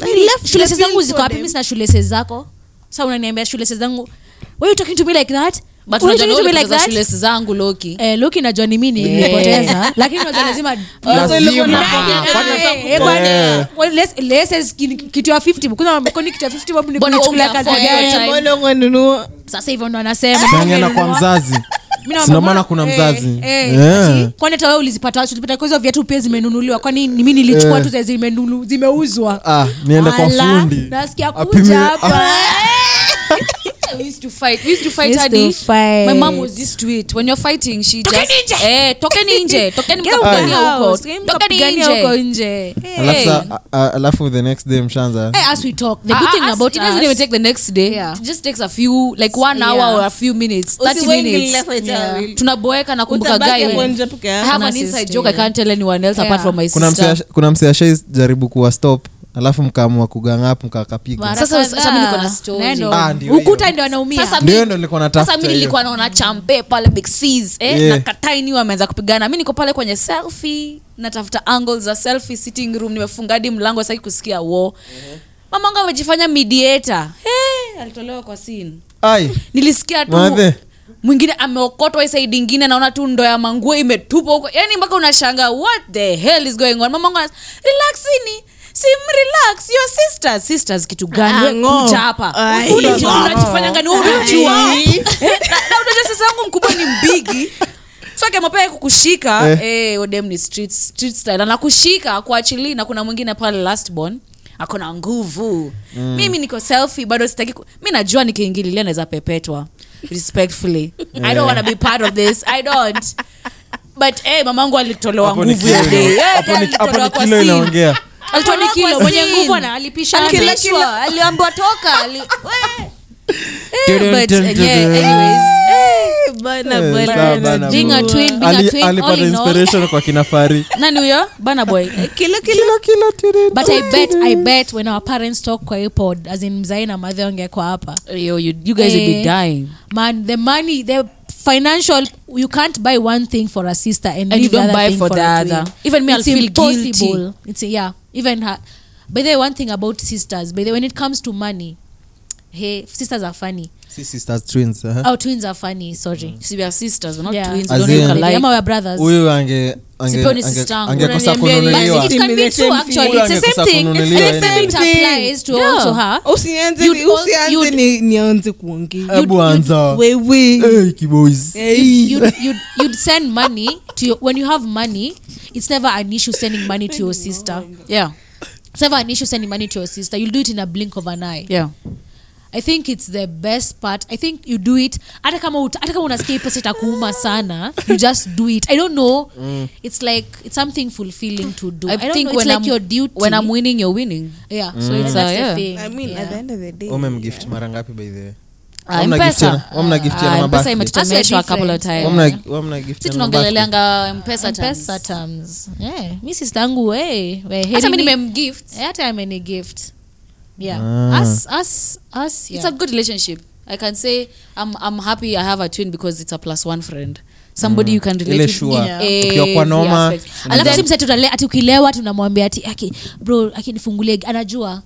S3: I- I
S6: Left
S3: feel
S6: shule
S3: for
S6: zangu ziko
S3: them.
S6: wapi mi sina shule zako sa unaniambia shule zangu Were you talking to me like that
S2: But
S6: Were you
S2: unajua
S6: talking to me like
S2: nilipoteza
S6: that
S2: shule zangu Loki.
S6: eh, Loki najua ni mimi nilipoteza lakini najua lazima
S2: Ah,
S6: Eh, kwani-
S4: Eh.
S6: well, let's- let's- kini- kitu ya 50 kuna mkoni kitu ya 50 babu ni
S2: Mbona wewe
S6: kuchukua kazi
S2: umeafford hiyo
S6: gani?
S2: time?
S3: Mbona unanunua?
S6: sasa hivyo ndo anasema
S4: Tunaongea na kwa mzazi
S6: Mimi naomba
S4: Sina maana
S6: mbona-
S4: kuna
S6: eh,
S4: mzazi
S6: eh,
S4: Yeah.
S6: ati, kwani hata wewe ulizipata ulipata kwa hizo viatu pia zimenunuliwa kwani ni mimi nilichukua
S4: Eh.
S6: tu za zimenunu- zimeuzwa
S4: Ah, niende kwa
S6: Ala,
S4: fundi
S6: nasikia
S4: Apime- Ah,
S6: kuja hapa
S2: we used to fight. We used to fight,
S6: Used to
S2: Adi.
S6: fight.
S2: My mom was used to it. When you're fighting, she just eh, tokeni nje, tokeni
S6: Get out of the
S2: mkapigania huko,
S6: house. Game kapigania huko
S2: tokeni nje.
S6: nje
S4: alafu sa- a- a- alafu the next day mshanza
S6: Eh, as we talk the
S2: Ah,
S6: good
S2: ah,
S6: thing
S2: us-
S6: about
S2: it doesn't even
S6: us
S2: take the next day.
S6: Yeah.
S2: It just takes a few, like one
S6: Yeah.
S2: hour or a few minutes, 30
S3: Usiwahi
S2: minutes.
S3: kulia kwa
S6: Yeah.
S3: jawili.
S2: Tunaboeka na kumbuka
S3: Utabaki hapo
S2: guy.
S3: nje peke
S2: I
S3: yako.
S2: have
S6: Na
S2: an inside
S6: sister,
S2: joke I can't tell anyone else apart
S6: Yeah.
S2: from my
S4: kuna
S2: sister.
S4: msea- kuna msee ashai jaribu kuwa stop alafu mkaamua kugangap mkakapiga
S6: Mara
S2: Sasa-
S6: kadhaa.
S2: sasa mimi niko na story.
S6: Na ndo-
S4: Ah, ndio
S6: ukuta ndio anaumia
S2: Sasa
S4: Ndio
S2: mi-
S4: ndo nilikuwa natafuta
S2: sasa mi
S4: hiyo.
S2: nilikuwa naona champe pale big C's, eh,
S4: Yeah.
S2: na kataini wameanza kupigana mi niko pale kwenye selfie natafuta angles za selfie sitting room nimefunga hadi mlango saki kusikia wo
S4: Uh-huh.
S2: mamangu amejifanya mediator hey, alitolewa kwa scene
S4: ai
S2: nilisikia tu
S4: Mathe.
S2: mwingine ameokotwa hii side ingine naona tu ndo ya manguo imetupwa huko yani mpaka unashanga what the hell is going on mamangu anas- relaxini sim relax your sisters sisters kitu gani We
S5: Ah, ngo.
S2: kuja hapa
S5: Ai.
S2: Unajua unajifanyanga ni wewe unajua
S5: Ai.
S2: Eh, na na unajua sasa wangu mkubwa ni mbigi sokemapea kukushika
S4: Eh.
S2: eh, odem ni street, street style anakushika kuachili na kuna mwingine pale lastborn akona nguvu mm. mimi niko selfie bado sitaki ku... mi najua nikiingililia naweza pepetwa respectfully i
S4: Eh.
S2: don't wanna be part of this i don't but eh, mamangu alitolewa
S4: Hapo ni
S2: nguvu ya
S4: kilo
S2: day.
S4: ina-
S2: Eh,
S4: hapo ni-
S2: alitolewa
S6: Yaani
S4: hapo ni
S2: kwa
S4: kilo
S2: scene.
S4: inaongea
S2: Alitoa
S6: Alitolewa
S2: kilo,
S6: kwa
S2: mwenye
S6: scene.
S2: nguvu ana- alipisha.
S6: Alipishwa,
S2: Kila kilo.
S6: aliambiwa toka ali- we.
S4: Tudum,
S2: But,
S4: tudum,
S2: yeah,
S4: tudum.
S2: anyways.
S4: uh, Eh, sawa, bana,
S2: Being a
S4: bro.
S2: twin, being a
S4: Ali-
S2: twin,
S4: alipata
S2: all in all.
S4: inspiration kwa kina Fari.
S2: nani huyo bana boy
S4: Kila- kila tudum,
S6: Eh, but i bet
S4: tudum.
S6: i bet when our parents talk kwa ipod as in mzae na madhe wangekwa hapa
S2: Yo, you, you guys will be
S6: Eh.
S2: dying
S6: man the money the financial you can't buy one thing for a sister and,
S2: And
S6: leave
S2: you don't
S6: the other
S2: buy
S6: thing
S2: for
S6: for
S2: the
S6: a
S2: other.
S6: twin.
S2: Even me, I'll
S6: It's
S2: feel
S6: impossible.
S2: guilty.
S6: it's yeah even her by the way one thing about sisters by the way when it comes to money hey sisters are funny
S4: Si sisters twins, eh.
S6: our twins are funny sorry
S2: See, we are sisters we're Mm. not
S6: Yeah.
S2: twins we
S4: As
S2: don't look
S4: in-
S2: alike
S6: Ama we are brothers
S4: huyu ange- ange-
S2: Sipewe ni
S4: ange-
S2: sister yangu.
S4: angekosa
S3: Unaniambia ni-
S4: kununuliwa
S6: But it can
S3: Same
S6: be
S3: thing,
S6: true
S3: same
S6: actually.
S4: thing.
S6: It's the
S4: Unanikosa
S6: same thing. It's
S4: kununuliwa
S6: the same
S4: anyway.
S6: thing. It applies to
S2: Yeah.
S6: also her.
S3: Oh,
S5: usianze
S6: You'd
S5: ni-
S6: al-
S5: usianze
S6: you'd-
S5: ni- nianze kuongea
S4: Hebu anza.
S5: wewe
S4: Eh, kiboys.
S6: You'd, you'd, you'd send money to your, when you have money, it's never an issue sending money to your sister.
S2: yeah
S6: It's never an issue sending money to your sister. You'll do it in a blink of an eye.
S2: yeah
S6: I think it's the best part. I think you do it. Hata kama ut- hata kama unasikia hii pesa itakuuma sana, you just do it. I don't know. It's like it's something fulfilling to do. I, don't know. It's like
S2: I'm,
S6: your duty.
S2: Mm. when i'm winning you're winning
S6: yeah, so it's
S2: Mm.
S6: that's
S2: Yeah.
S6: the thing.
S3: I mean,
S6: yeah.
S3: at the end of the day,
S4: Umemgift mara ngapi by the way?
S2: Ah,
S4: Wamna
S2: M-Pesa.
S4: giftiana- wamna giftiana
S2: Ah,
S4: na
S2: M-Pesa
S4: birthday.
S2: imetutemeshwa a couple of times.
S4: Wamna- wamna
S2: si
S4: giftiana na birthday.
S2: tunaongeleleanga mpesa
S6: Mpesa terms. Yeah. mi sister yangu we, we, heri
S2: mi
S6: ni-
S2: nimemgift.
S6: Eh, hata ameni gift yeah
S4: Ah.
S6: us, us, us, yeah.
S2: it's a good relationship i can say i'm, I'm happy i have a twin because it's a plus one friend somebody you can relate
S4: Mm. Ile
S2: with Eh,
S4: sure.
S2: in
S4: Ukiwa kwa
S2: every
S4: noma,
S2: aspect. And
S6: alafu
S2: then-
S6: si msetu tale- ati ukilewa tunamwambia ati aki bro akinifungulia anajua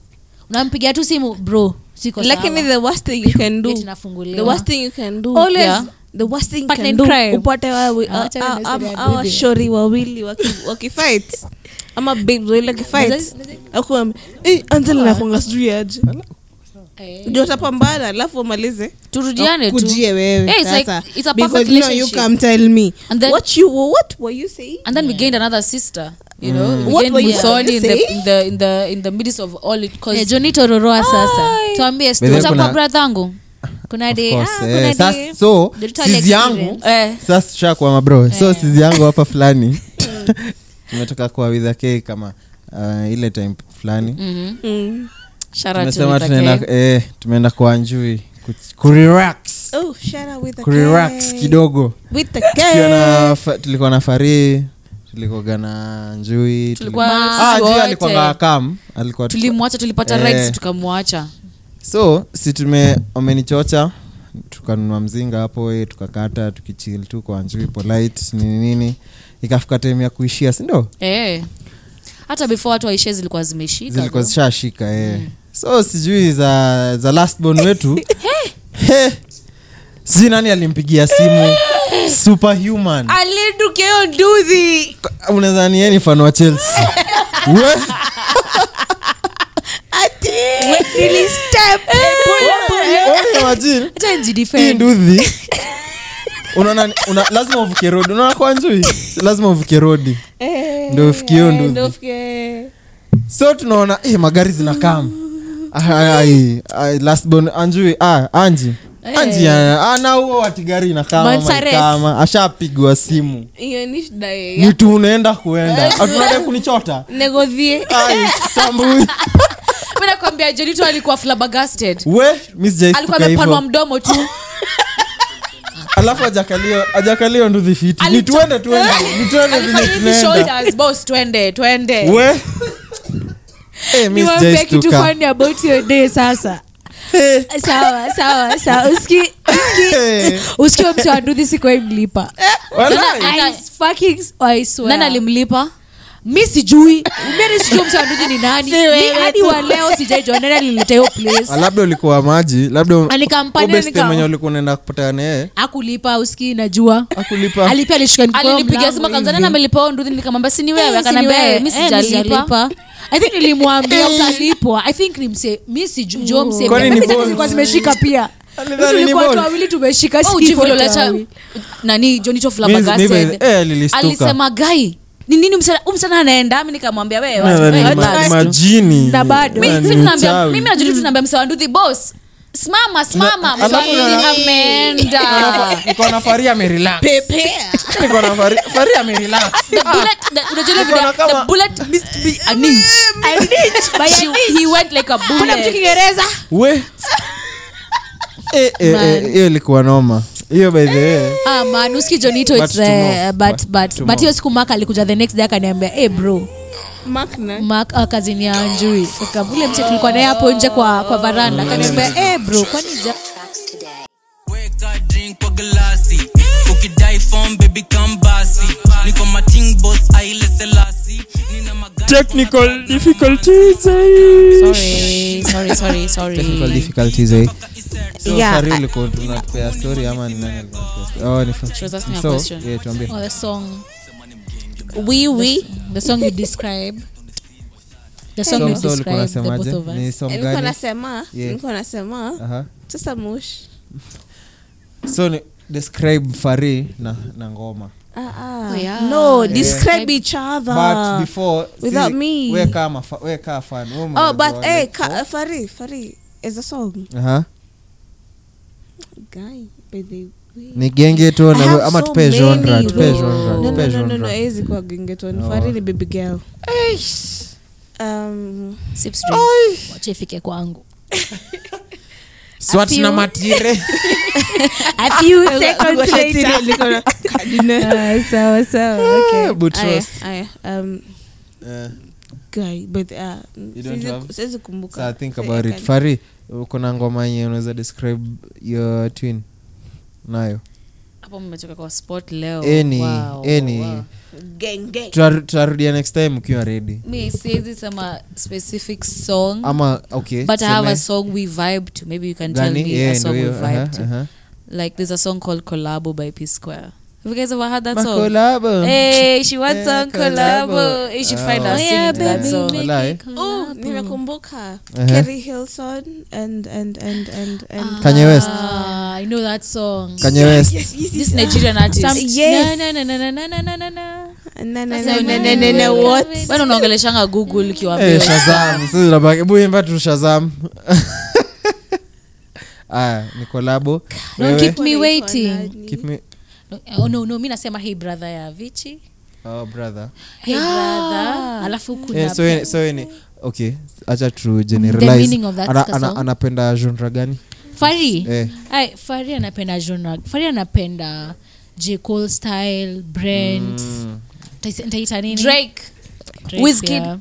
S6: unampigia tu simu bro siko
S3: lakini the worst thing you can do
S6: Eti nafunguliwa.
S3: the worst thing you can do
S6: Always.
S3: Yeah. the worst thing you
S6: Partner
S3: can
S6: in
S3: do
S6: crime.
S3: upate wawe-
S6: Ah,
S3: a-
S6: wacha niende
S3: a- am-
S6: story ya
S3: hawa
S6: bibi.
S3: shori wawili waki- wakifight ama babes wawili wakifight akuambia anzela nakwanga eh, sijui aje
S6: Eh.
S3: ndio utapambana alafu umalize
S2: turudiane tu
S5: kujie wewe
S2: Yeah, it's like-
S5: sasa.
S2: it's a perfect
S5: Because you know you
S2: relationship.
S5: come tell me
S2: And then-
S3: what you what were you saying
S2: and then we gained another sister you know we
S5: Mm. What
S2: gained
S5: were you
S2: Muthoni in the,
S5: saying?
S2: in the in the in the midst of all it cause
S6: yeah, joni tororoa sasa
S2: Ai.
S6: tuambie
S4: By the way,
S6: story.
S4: kuna-
S2: bradhangu
S6: kuna
S4: Of
S6: de ah,
S4: course,
S6: kuna
S4: eh,
S6: de
S4: sas- so
S6: the total
S4: sizi yangu
S6: experience.
S2: eh
S4: sasa tushakuwa mabro so sizi yangu hapa fulani tumetoka kwa with k kama uh, ile time fulani
S2: shout out to
S4: tumesema
S2: Mr. K.
S4: tunaenda eh, tumeenda kwa njui ku- kurelax
S3: oh shut up with the
S4: kurelax
S3: K.
S4: kidogo
S3: with the
S4: Tukiwa
S3: K.
S4: na fa- tulikuwa na farii tulikoga na njui
S2: Tulikuwa
S4: tulikuwa-
S2: sisi
S4: Ah, njui
S2: wote.
S4: alikuwa ngawakam alikuwa
S2: tulimwacha tulipata
S4: Eh.
S2: rights tukamwacha
S4: so si tume wamenichocha tukanunua mzinga hapo eh, tukakata tukichil tu kwa njui polite nini nini ikafika time ya kuishia sindo
S2: eh hata before watu waishe zilikuwa zimeshika
S4: zilikuwa
S2: though.
S4: zishashika eh. so sijui za za last born wetu He. sijui nani alimpigia simu superhuman
S2: alidukeo nduzi
S4: unaweza ni yeye ni fan wa chelsea We.
S2: Eh,
S4: Wewe imagine, hii nduthi unaona ni- una, lazima uvuke rodi unaona kwa njui lazima uvuke rodi
S3: Eh.
S4: ndio ufikie hiyo nduthi
S3: Okay.
S4: so tunaona eh, magari zinakam lastbon anjui ah, anji anji ah, ana huo watigari inakama
S2: Mansares.
S4: kama ashapigwa simu
S3: Hiyo ni shida ye-
S4: ni tu unaenda kuenda atunade kunichota
S2: Eh.
S3: negothie
S4: Ai, sambui
S2: mi nakwambia jonito alikuwa flabbergasted
S4: we
S2: alikuwa
S4: misjaifuka
S2: amepanua
S4: hivo
S2: mdomo tu
S4: alafu ajakalio ajakalio nduthi fiti ni tuende tuende ni tuende
S2: alifanya
S4: vile
S2: hivi
S4: tunaenda
S2: shoulders boss twende twende
S4: we Eh, mi
S6: niwaambie kitu
S4: sijaistuka.
S6: fani about your day sasa
S4: Eh,
S6: sawa sawa sawa uski
S4: eh,
S6: uskiwa mtu wanduthi sikuwai mlipa
S4: walai.
S6: I fucking- oh, I swear.
S2: nani alimlipa
S6: mi sijui mimi sijui mtu wanduthi ni nani
S2: Si wewe
S6: mi hadi
S2: tu.
S6: wa leo sijaijua nani alileta hiyo place
S4: Ah, labda ulikuwa maji labda
S6: Na nikampania,
S4: ubeste
S6: nika-
S4: mwenye ulikuwa unaenda kupatana naye
S6: akulipa uski najua
S4: akulipa
S6: alipia alishika mikono
S2: alinipigia
S6: mlango
S2: simu
S6: hivi.
S2: kanzana amelipao nduthi nikamwambia si ni wewe
S6: Eh, si ni
S2: akaniambia mi
S6: wewe. Eh, mi
S2: sijalipa
S6: sijalipa. I think nilimwambia utalipwa i think ni mse mi sijuo
S4: Kwani ni bonus?
S6: mseilikuwa zimeshika pia
S4: Alidhani ni
S6: tulikuwa
S4: bonus?
S6: watu wawili tumeshika
S2: Wewe
S6: sijui
S2: ujivu
S6: kwetu
S2: ulioleta-
S6: wawi.
S2: nani jonito
S4: Mi- mi-
S2: flabbergasted
S4: eh, lilistuka.
S2: alisema gai ni nini msichana- huyu msichana anaenda mi nikamwambia wewe,
S4: Nani
S2: wewe,
S4: ma-
S2: bad."
S4: majini
S6: Na bado.
S2: Mi-
S4: Nani
S2: si tunaambia-
S4: mchawi?
S2: mimi na Judith tunaambia msa wa nduthi boss simama simama
S4: Na- alafu
S2: Mswahili
S4: na-
S2: ameenda
S4: niko na faria amerelax. Niko na Faria- Faria amerelax.
S2: The bullet- the- unajua ile
S4: Niko
S2: video,
S4: na kama-
S2: the bullet missed me an inch. She- he went like a bullet.
S4: We. Eh, eh, eh, hiyo ilikuwa noma hiyo by the way
S6: Ah, man, uski jonito
S4: But
S6: it's, uh,
S2: eh,
S4: tomorrow.
S6: but
S4: But
S6: but but
S4: tomorrow.
S6: hiyo siku mak alikuja the next day akaniambia hey bro
S3: Mark na-
S6: mak uh, kazini ya njui ule mche tulikuwa naye hapo nje kwa kwa varanda
S4: Mm.
S6: akaniambia hey bro kwani ja
S8: Wake up, drink kwa glasi ukidai form baby come basi niko mating boss aile selasi nina magari
S7: Technical difficulties. eh.
S2: Sorry, sorry, sorry, sorry.
S4: technical difficulties eh so
S2: Yeah,
S4: Faria ulikuwa tunatupea story ama ni nani alikuwa anatupea story? oh ni Faria.
S2: She was asking a
S4: So,
S2: question.
S4: yeah, tuambie
S6: oh, the song
S2: We, we.
S6: the song you describe the song
S4: So,
S6: you
S4: so ulikuwa
S6: describe the both
S4: unasemaje
S6: of us
S4: ni song
S3: nilikuwa
S4: gani
S3: nasema
S4: Yeah.
S3: nilikuwa nasema
S4: aha
S3: sasa mush
S4: so ni describe fari na, na ngoma
S3: Ah, ah.
S2: Oh, yeah.
S3: no
S2: Yeah.
S3: describe each other
S4: but before
S3: without me.
S4: weka mafa, weka fan wewe
S3: oh
S4: mnajua
S3: but eh
S4: like,
S3: ka, fari fari is a song
S4: aha
S3: guy by the way
S4: ni genge tu
S3: I have
S4: na ama
S3: so
S4: tupe genre
S3: many,
S4: tupe
S3: bro.
S4: genre
S3: No,
S4: tupe
S3: no, no, no, no, eh.
S4: genre
S3: haiwezi kuwa gengetwa ni
S4: Oh.
S3: fari ni baby girl um,
S6: Sips drink. wacha ifike kwangu
S4: swat
S6: na
S4: matire
S6: a few seconds later Ah, sawa sawa okay
S3: aya, aya, um, guy but uh,
S4: You don't
S3: siwezi-
S4: have-
S3: siwezi kumbuka
S4: so i think
S3: Eh,
S4: about it
S3: can-
S4: fari uko na ngoma yenye unaweza describe your twin nayo
S2: Hapo mmetoka kwa spot leo.
S4: any
S2: Wow, wow.
S4: any Tutar- tutarudia next time ukiwa ready
S2: Mi siwezi sema specific song,
S3: Hmm?
S4: ama okay
S2: but I have a
S4: seme.
S2: song we vibe to. Maybe you can tell
S4: Gani?
S2: me
S4: Yeah,
S2: a song
S4: ndio
S2: we
S4: hiyo. uh-huh.
S2: vibe
S4: Aha,
S2: to.
S4: aha.
S2: Like there's a song called Collabo by P Square. Have you guys ever heard that song?
S4: Makolabo.
S2: Hey, she wants
S4: Yeah,
S2: on collabo. You should find
S4: Oh.
S2: out singing that
S4: baby,
S2: song.
S4: make- Walai.
S3: Oh, nimekumbuka
S4: Uh-huh.
S3: Kerry Hilson and and and and and
S4: Kanye West.
S6: Ah, I know that song
S4: Kanye West.
S2: This Nigerian artist.
S3: Yes.
S6: Na, na, na, na, na, na, na, na, na.
S3: na na na na na na na what
S2: Bado unaongeleshanga Google
S4: Eh,
S2: ukiwaambia.
S4: Shazam. Sisi tunabaki- hebu imba tu Shazam. Aya, ni collabo.
S6: Don't
S4: Wewe?
S6: keep me waiting
S4: Keep me-
S6: No, oh, no, no, mi nasema hey brother ya vichi
S4: Oh, brother.
S6: hey brother alafu
S4: Eh,
S6: kuna
S4: so yeye- so yeye ni- okay, acha tu
S6: The
S4: generalize.
S6: meaning of that
S4: Ana-
S6: song.
S4: ana- anapenda genre gani
S6: fari
S4: Eh.
S6: Ai, fari anapenda genre fari anapenda j cole style brand
S4: Mm.
S6: Nita- nitaita nini
S2: Drake.
S6: Drake,
S2: Wizkid.
S6: yeah.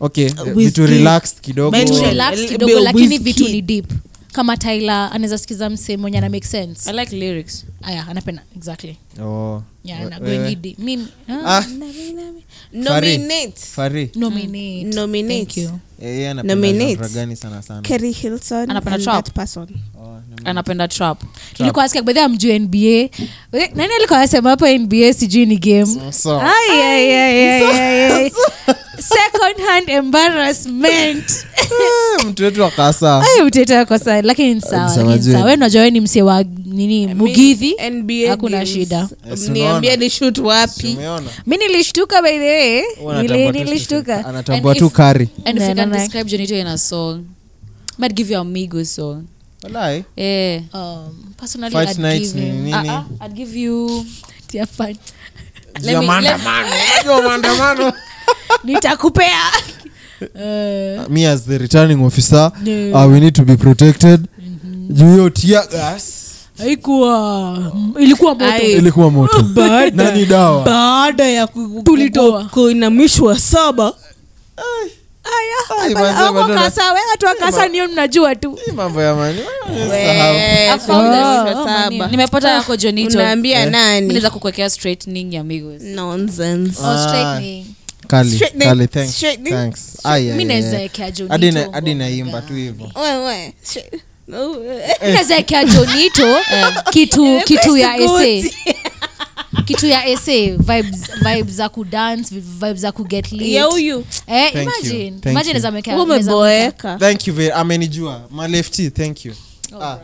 S4: okay
S6: Uh,
S4: eh, vitu relaxed kidogo
S6: Vitu
S5: Mental.
S6: relaxed
S5: Lil-
S6: kidogo
S5: Lil
S6: lakini
S5: Wizkid.
S6: vitu ni deep kama tyler anaweza sikiza mse mwenye ana make
S2: I
S6: sense
S2: like lyrics.
S6: aya anapenda exactly
S4: Oh.
S6: yeah,
S4: We-
S6: ana
S4: wewe?
S6: going deep mimi ah,
S4: Ah,
S3: nominate
S4: Fari.
S6: nominate
S3: Nominate.
S6: Thank you.
S4: Eh, yeye anapenda
S3: Nominate.
S4: genre gani sana sana?
S3: Kerry Hilson and
S2: Anapenda trap.
S3: that person
S4: Oh, nom-
S2: Anapenda trap.
S6: ilikuwa sikia bedhe amjue nba Wait, nani alikuwa asema hapo nba sijui ni game
S4: Mm, so-
S6: Ay, ay, ay, ay, ay, ay. second hand embarrassment
S4: Eh, mtu wetu akasa
S6: Ay, mteta kosa lakini ni sawa,
S4: Sawa,
S6: lakini ni
S4: Jane.
S6: sawa we unajua we ni msie wa nini mugidhi
S3: NBA
S6: hakuna
S3: games.
S6: shida.
S4: Yes,
S3: Mniambie
S4: Eh, unaona.
S3: ni shoot wapi
S4: Umeona?
S6: mi nilishtuka by the way Nili- nilishtuka
S4: anatambua
S2: And
S4: tu
S2: if-
S4: kari
S2: And if
S6: No,
S2: you
S6: no,
S2: can
S6: no.
S2: describe Jonito in a song, might give you a Migos song.
S4: Walai,
S2: Yeah.
S6: Um, personally,
S4: Fight
S6: I'd
S4: night
S6: give
S4: ni
S6: him-
S4: nini?
S2: Uh-uh, I'd give you.
S6: Tia fight.
S4: Juu ya
S2: me-
S4: maandamano. Unajua maandamano.
S6: nitakupea Eh,
S4: me as the returning officer uh, we need to be protected juu hiyo tear gas
S6: haikuwa mm, ilikuwa moto
S5: Ai.
S4: ilikuwa moto na ni dawa
S5: baada ya ku-
S6: Tulitoa.
S5: ku- kuinamishwa saba
S4: Ai, manze, bado na-
S6: akasa we watu akasa nio mnajua tu
S4: Hii mambo ya mani Ah, sahau.
S6: Eh,
S2: I found this.
S3: oh, saba.
S2: Nimepata
S6: Ah.
S2: yako Jonito.
S3: unaambia
S4: Eh.
S3: nani
S2: Naweza kukuwekea straightening ya Migos.
S3: nonsense
S4: Ah,
S6: straightening.
S4: Kali,
S3: Straightening.
S4: kali, thanks,
S3: Straightening.
S4: thanks. Ai, ai,
S6: mi
S4: ai,
S6: naweza
S4: ai.
S6: ekea
S4: Hadi
S6: jonito
S4: na- hadi naimba tu hivyo
S3: wewe shit. No, eh.
S6: Mi naweza ekea jonito
S2: Eh.
S6: kitu kitu ya ese kitu ya ese vibes vibes za kudance vibes za kuget lit.
S3: ya huyu
S6: eh,
S4: Thank you,
S6: imagine
S4: thank
S6: imagine
S4: you.
S6: naweza mwekea-
S3: Wewe
S6: naweza-
S3: umeboeka
S4: thank you very amenijua malefti thank you Ah,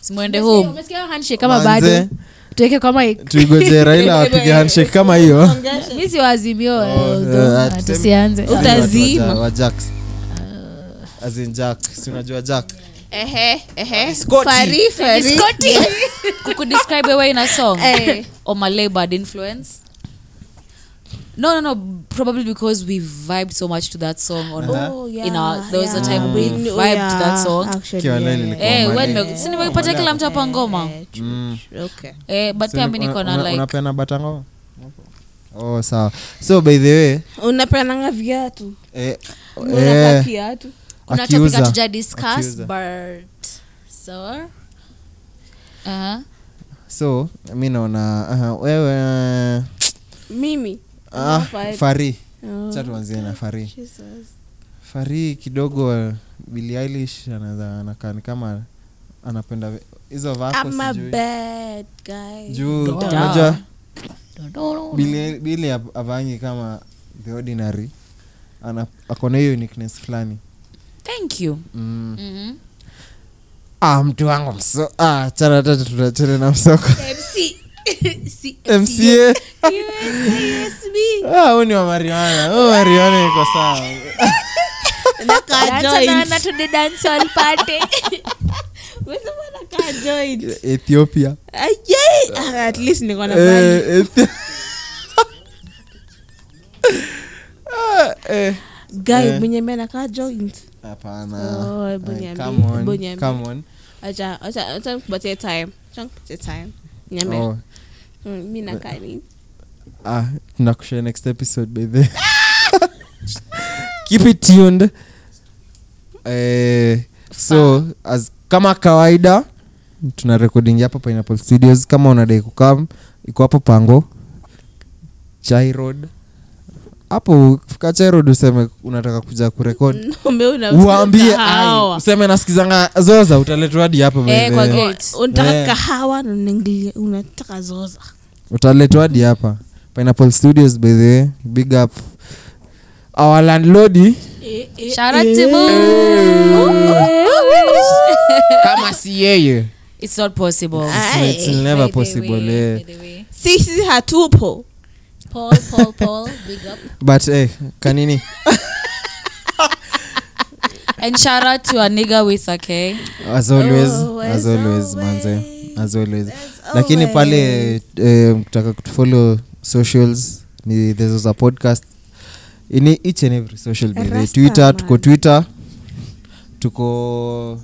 S2: Simwende home.
S6: Umesikia handshake kama
S4: Manze.
S6: bado tuweke kama ik-
S4: tuigoje raila apige handshake kama hiyo
S6: mi si waazimio eh,
S4: Oh,
S6: although,
S4: eh,
S6: ah,
S4: tuseme-
S6: tusianze
S4: Watu wa-
S3: Utazima.
S2: Ah.
S4: wa Jax. As in Jack, si unajua Jack?
S3: Ehe, ehe.
S7: Scotty.
S3: Fari, fari.
S2: kukudescribe wewe in a song
S3: Eh.
S2: or malay bad influence no no no probably because we vibed so much to that song on
S4: Uh-huh.
S3: Oh,
S2: in our there was a
S3: yeah.
S2: time we
S3: Mm.
S2: vibed to that song
S3: Actually,
S4: Kiwa
S3: yeah,
S4: leo
S3: yeah.
S4: nilikuwa
S2: Eh,
S4: Malay.
S2: when- si nimepata kila mtu hapa ngoma
S3: Eh, true, true. Okay.
S2: Eh, but pia mi niko na
S4: Mm. Una-
S2: like
S4: unapeana batango oh sawa so by the way
S3: unapeananga viatu
S4: eh,
S3: unavaa
S4: eh,
S3: kiatu
S2: kuna topic
S4: akiuza.
S2: hatuja discuss
S4: Akiuza.
S2: but so uh-huh.
S4: so mi naona aha, wewe
S3: mimi
S4: ah,
S3: Fari.
S4: fari
S3: Oh,
S4: sa tuanzie na fari
S3: Jesus.
S4: fari kidogo Billie Eilish anaweza anakaa ni kama anapenda vi- hizo vako
S3: I'm a
S4: sijui.
S3: bad guy.
S4: juu
S2: Da.
S4: unajua Billie- Billie hav- havangi kama the ordinary ana akona hiyo uniqueness fulani
S2: thank you
S4: mm.
S2: mm-hmm.
S4: ah, mtu wangu mso ah, chana hata tutachere na msoko mca Ah, huu ni wa mariana huu mariana iko sawa E-, ethiopia
S3: Ah, yay! Ah, at least niko na value.
S4: Eh, Ethi- Ah, eh.
S3: Guy, mwenye mi anakaa joint.
S4: Hapana.
S3: Oh,
S4: Ay,
S3: Bunyambi,
S4: come on,
S3: Bunyambi.
S4: come on.
S3: Acha- acha- acha nikupatie time. Acha nikupatie time. Niambie.
S4: Oh,
S3: Mm, mi nakaa nini?
S4: ah, tunakushare next episode by the keep it tuned eh, so as kama kawaida tuna recording hapa pineapple studios kama unadai kukam iko hapo pango chai road hapo fika chai road useme unataka kuja kurekod
S3: Ng'ombe una-
S4: uambie
S3: kahawa.
S4: ai, useme nasikizanga zoza utaletwa hadi hapa by
S2: Eh,
S4: the
S2: kwa
S4: way.
S2: gate.
S6: Oh,
S3: unataka
S4: Eh.
S3: kahawa na unaingilia- unataka zoza
S4: utaletwa hadi hapa pineapple studios by the way big up our landlord
S6: eh,
S2: Shout out to Boo.
S4: kama si yeye
S2: it's not possible
S4: It's- it's never possible eh.
S3: sisi hatupo
S4: but eh, kanini
S2: and shout out to a nigga with a K.
S4: as always
S3: Oh, as
S4: as
S3: always.
S4: always manze as always lakini pale eh, mkitaka kutufollow socials ni thezoza podcast ini each and every social media
S3: Rasta
S4: twitter
S3: man.
S4: tuko twitter tuko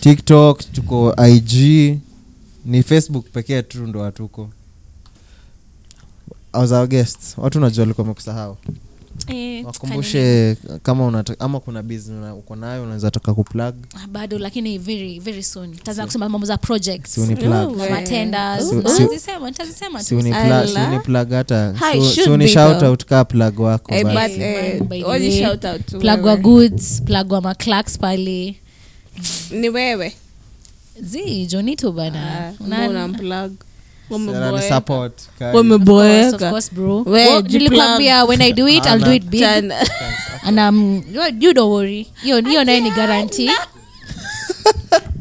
S4: tiktok tuko ig ni facebook pekee tu ndo hatuko as our guests watu najua walikuwa wamekusahau
S6: Eh,
S4: wakumbushe kama unata, ama kuna business una- uko nayo unaweza taka kuplug
S6: Ah, bado lakini very very soon tazaa kusema mambo za projects
S4: si uni plug
S6: na matenda
S4: Si- si-
S6: nitazisema nitazisema
S4: si
S6: tu
S4: uni
S3: I
S4: pla- si
S3: love-
S4: uni plug hata
S3: Hi,
S4: si-
S3: should
S4: si uni
S3: be
S4: shout
S3: though.
S4: out ka plug wako
S3: Eh,
S4: basi.
S3: but, eh,
S6: By the
S3: what
S6: way.
S3: you shout out to
S6: plagwa
S3: wewe?
S6: goods plagwa maclax pale
S3: ni wewe
S6: zi jonito bana
S3: Ah,
S6: Nani-
S3: mbona unplug?
S4: Tena ni
S3: Wameboeka.
S4: support, guys.
S6: Yes, of
S3: Wameboeka.
S6: course, bro.
S3: Wewe,
S6: Well,
S3: jiplug.
S6: nilikwambia when i do it i'll do it big
S3: Chana.
S6: and um, you- you don't worry hiyo hiyo nayo ni guarantee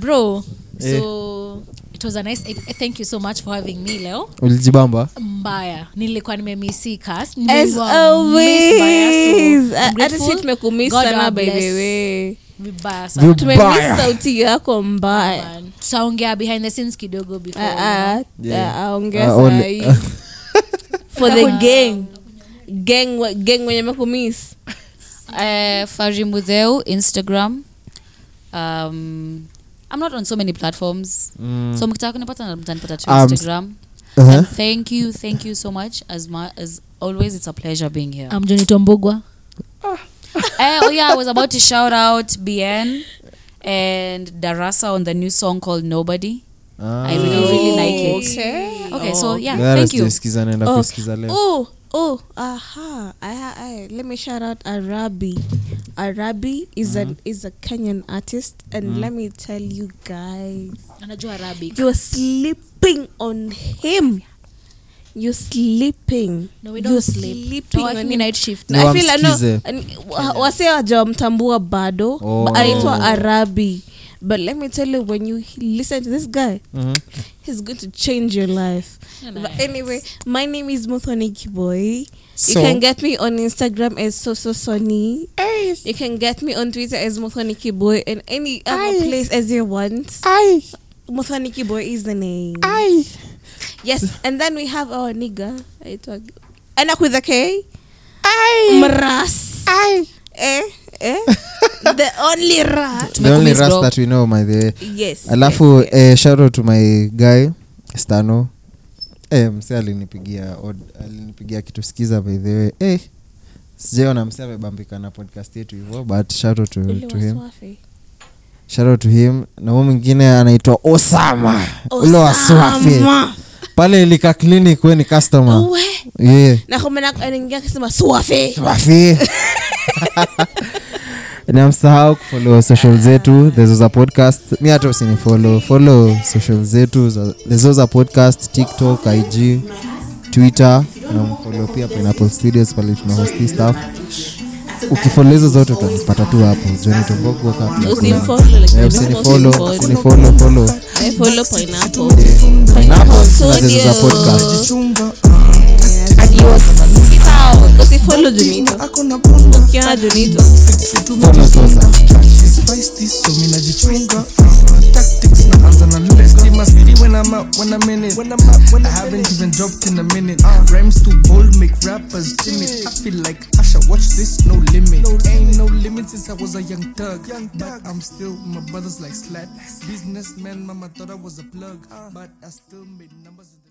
S6: bro so it was a nice eh, thank you so much for having me leo
S4: ulijibamba
S6: mbaya nilikuwa nimemisicas
S3: As always. Ah,
S6: oh.
S3: hata si tumekumiss sana by the way
S6: vibaya sana
S4: vibaya
S3: tumemiss sauti yako mbaya
S6: Man, tutaongea behind the scenes kidogo before
S3: Ah, ah,
S4: Yeah.
S3: ah, aongea
S4: Ah, ole.
S3: sahi. for the gang gang wa- gang wenye mekumiss
S2: Uh, Fari Mudheu, Instagram. Um, I'm not on so many platforms. So mkitaka kunipata mtanipata tu
S4: Mm. Um,
S2: Instagram.
S4: Uh-huh.
S2: And thank you, thank you so much. As ma- as always, it's a pleasure being here.
S6: I'm Johnny Tombogwa.
S2: Eh, oh yeah, I was about to shout out BN and Darasa on the new song called Nobody. I
S4: Ah,
S2: really, really like it.
S3: Okay.
S2: Oh, Okay,
S4: Oh,
S2: so yeah,
S4: gara
S2: thank you.
S4: sijasikiza naenda kusikiza leo
S3: Oh, oh, aha. I, I, let me shout out Arabi. Arabi is
S4: Mm-hmm.
S3: an is a Kenyan artist, and
S4: Mm.
S3: let me tell you guys,
S6: Anajua Arabic.
S3: you're sleeping on him. You're sleeping.
S6: No, we don't
S3: you're
S6: sleep.
S3: Sleeping
S6: Tunawork
S3: on him.
S6: midnight shift.
S4: No,
S3: I feel I know-
S4: wamsikize.
S3: and- wa- wase wajawamtambua bado
S4: Oh.
S3: but anaitwa arabi But let me tell you, when you he- listen to this guy,
S4: Mm-hmm.
S3: he's going to change your life. But anyway, my name is Muthoniki Boy.
S4: So-
S3: you can get me on Instagram as Soso Sony. You can get me on Twitter as Muthoniki Boy and any other place as you want.
S4: Aye,
S3: Muthoniki Boy is the name.
S4: aye.
S3: Yes, and then we have our nigga. aitwa- Anak with a K. Mras. Eh, eh. the only rat.
S4: The only
S2: Tumekumiss,
S4: ras
S2: bro.
S4: that we know by the way.
S3: Yes.
S4: alafu eh, shout out to my guy stano eh, mse alinipigia od- alinipigia kitu sikiza by the way eh, sijaona mse amebambika na podcast yetu hivo but shout out to, to him shout out to him na huyu mwingine anaitwa osama ule wa swafi pale ilika clinic we ni customer
S3: Oh,
S4: yeah.
S3: nakomenaingia kasema suafe
S4: Wafi. na msahau kufollow social zetu thezoza podcast mi hata usinifolo follow social zetu za- thezoza podcast tiktok ig twitter na mfollow pia pineapple studios pale tunahosti staff ukifolo hizo zote utanipata tu hapo joni tombogo
S3: Usinfollow, like,
S4: usinifolo usinifolo Eh,
S3: follow
S4: follow
S3: pineapple
S4: pineapple na thezoza
S3: Studios.
S4: podcast
S3: usifollow Oh, junito ukiona junito
S4: follow zoza
S1: Rhymes too bold, make rappers timid. I feel like Asha, watch this, no limit. Ain't no limit since I was a young thug. But I'm still, Uh. my brother's like slat. Businessman, mama thought I was a plug. But I still made numbers. in the-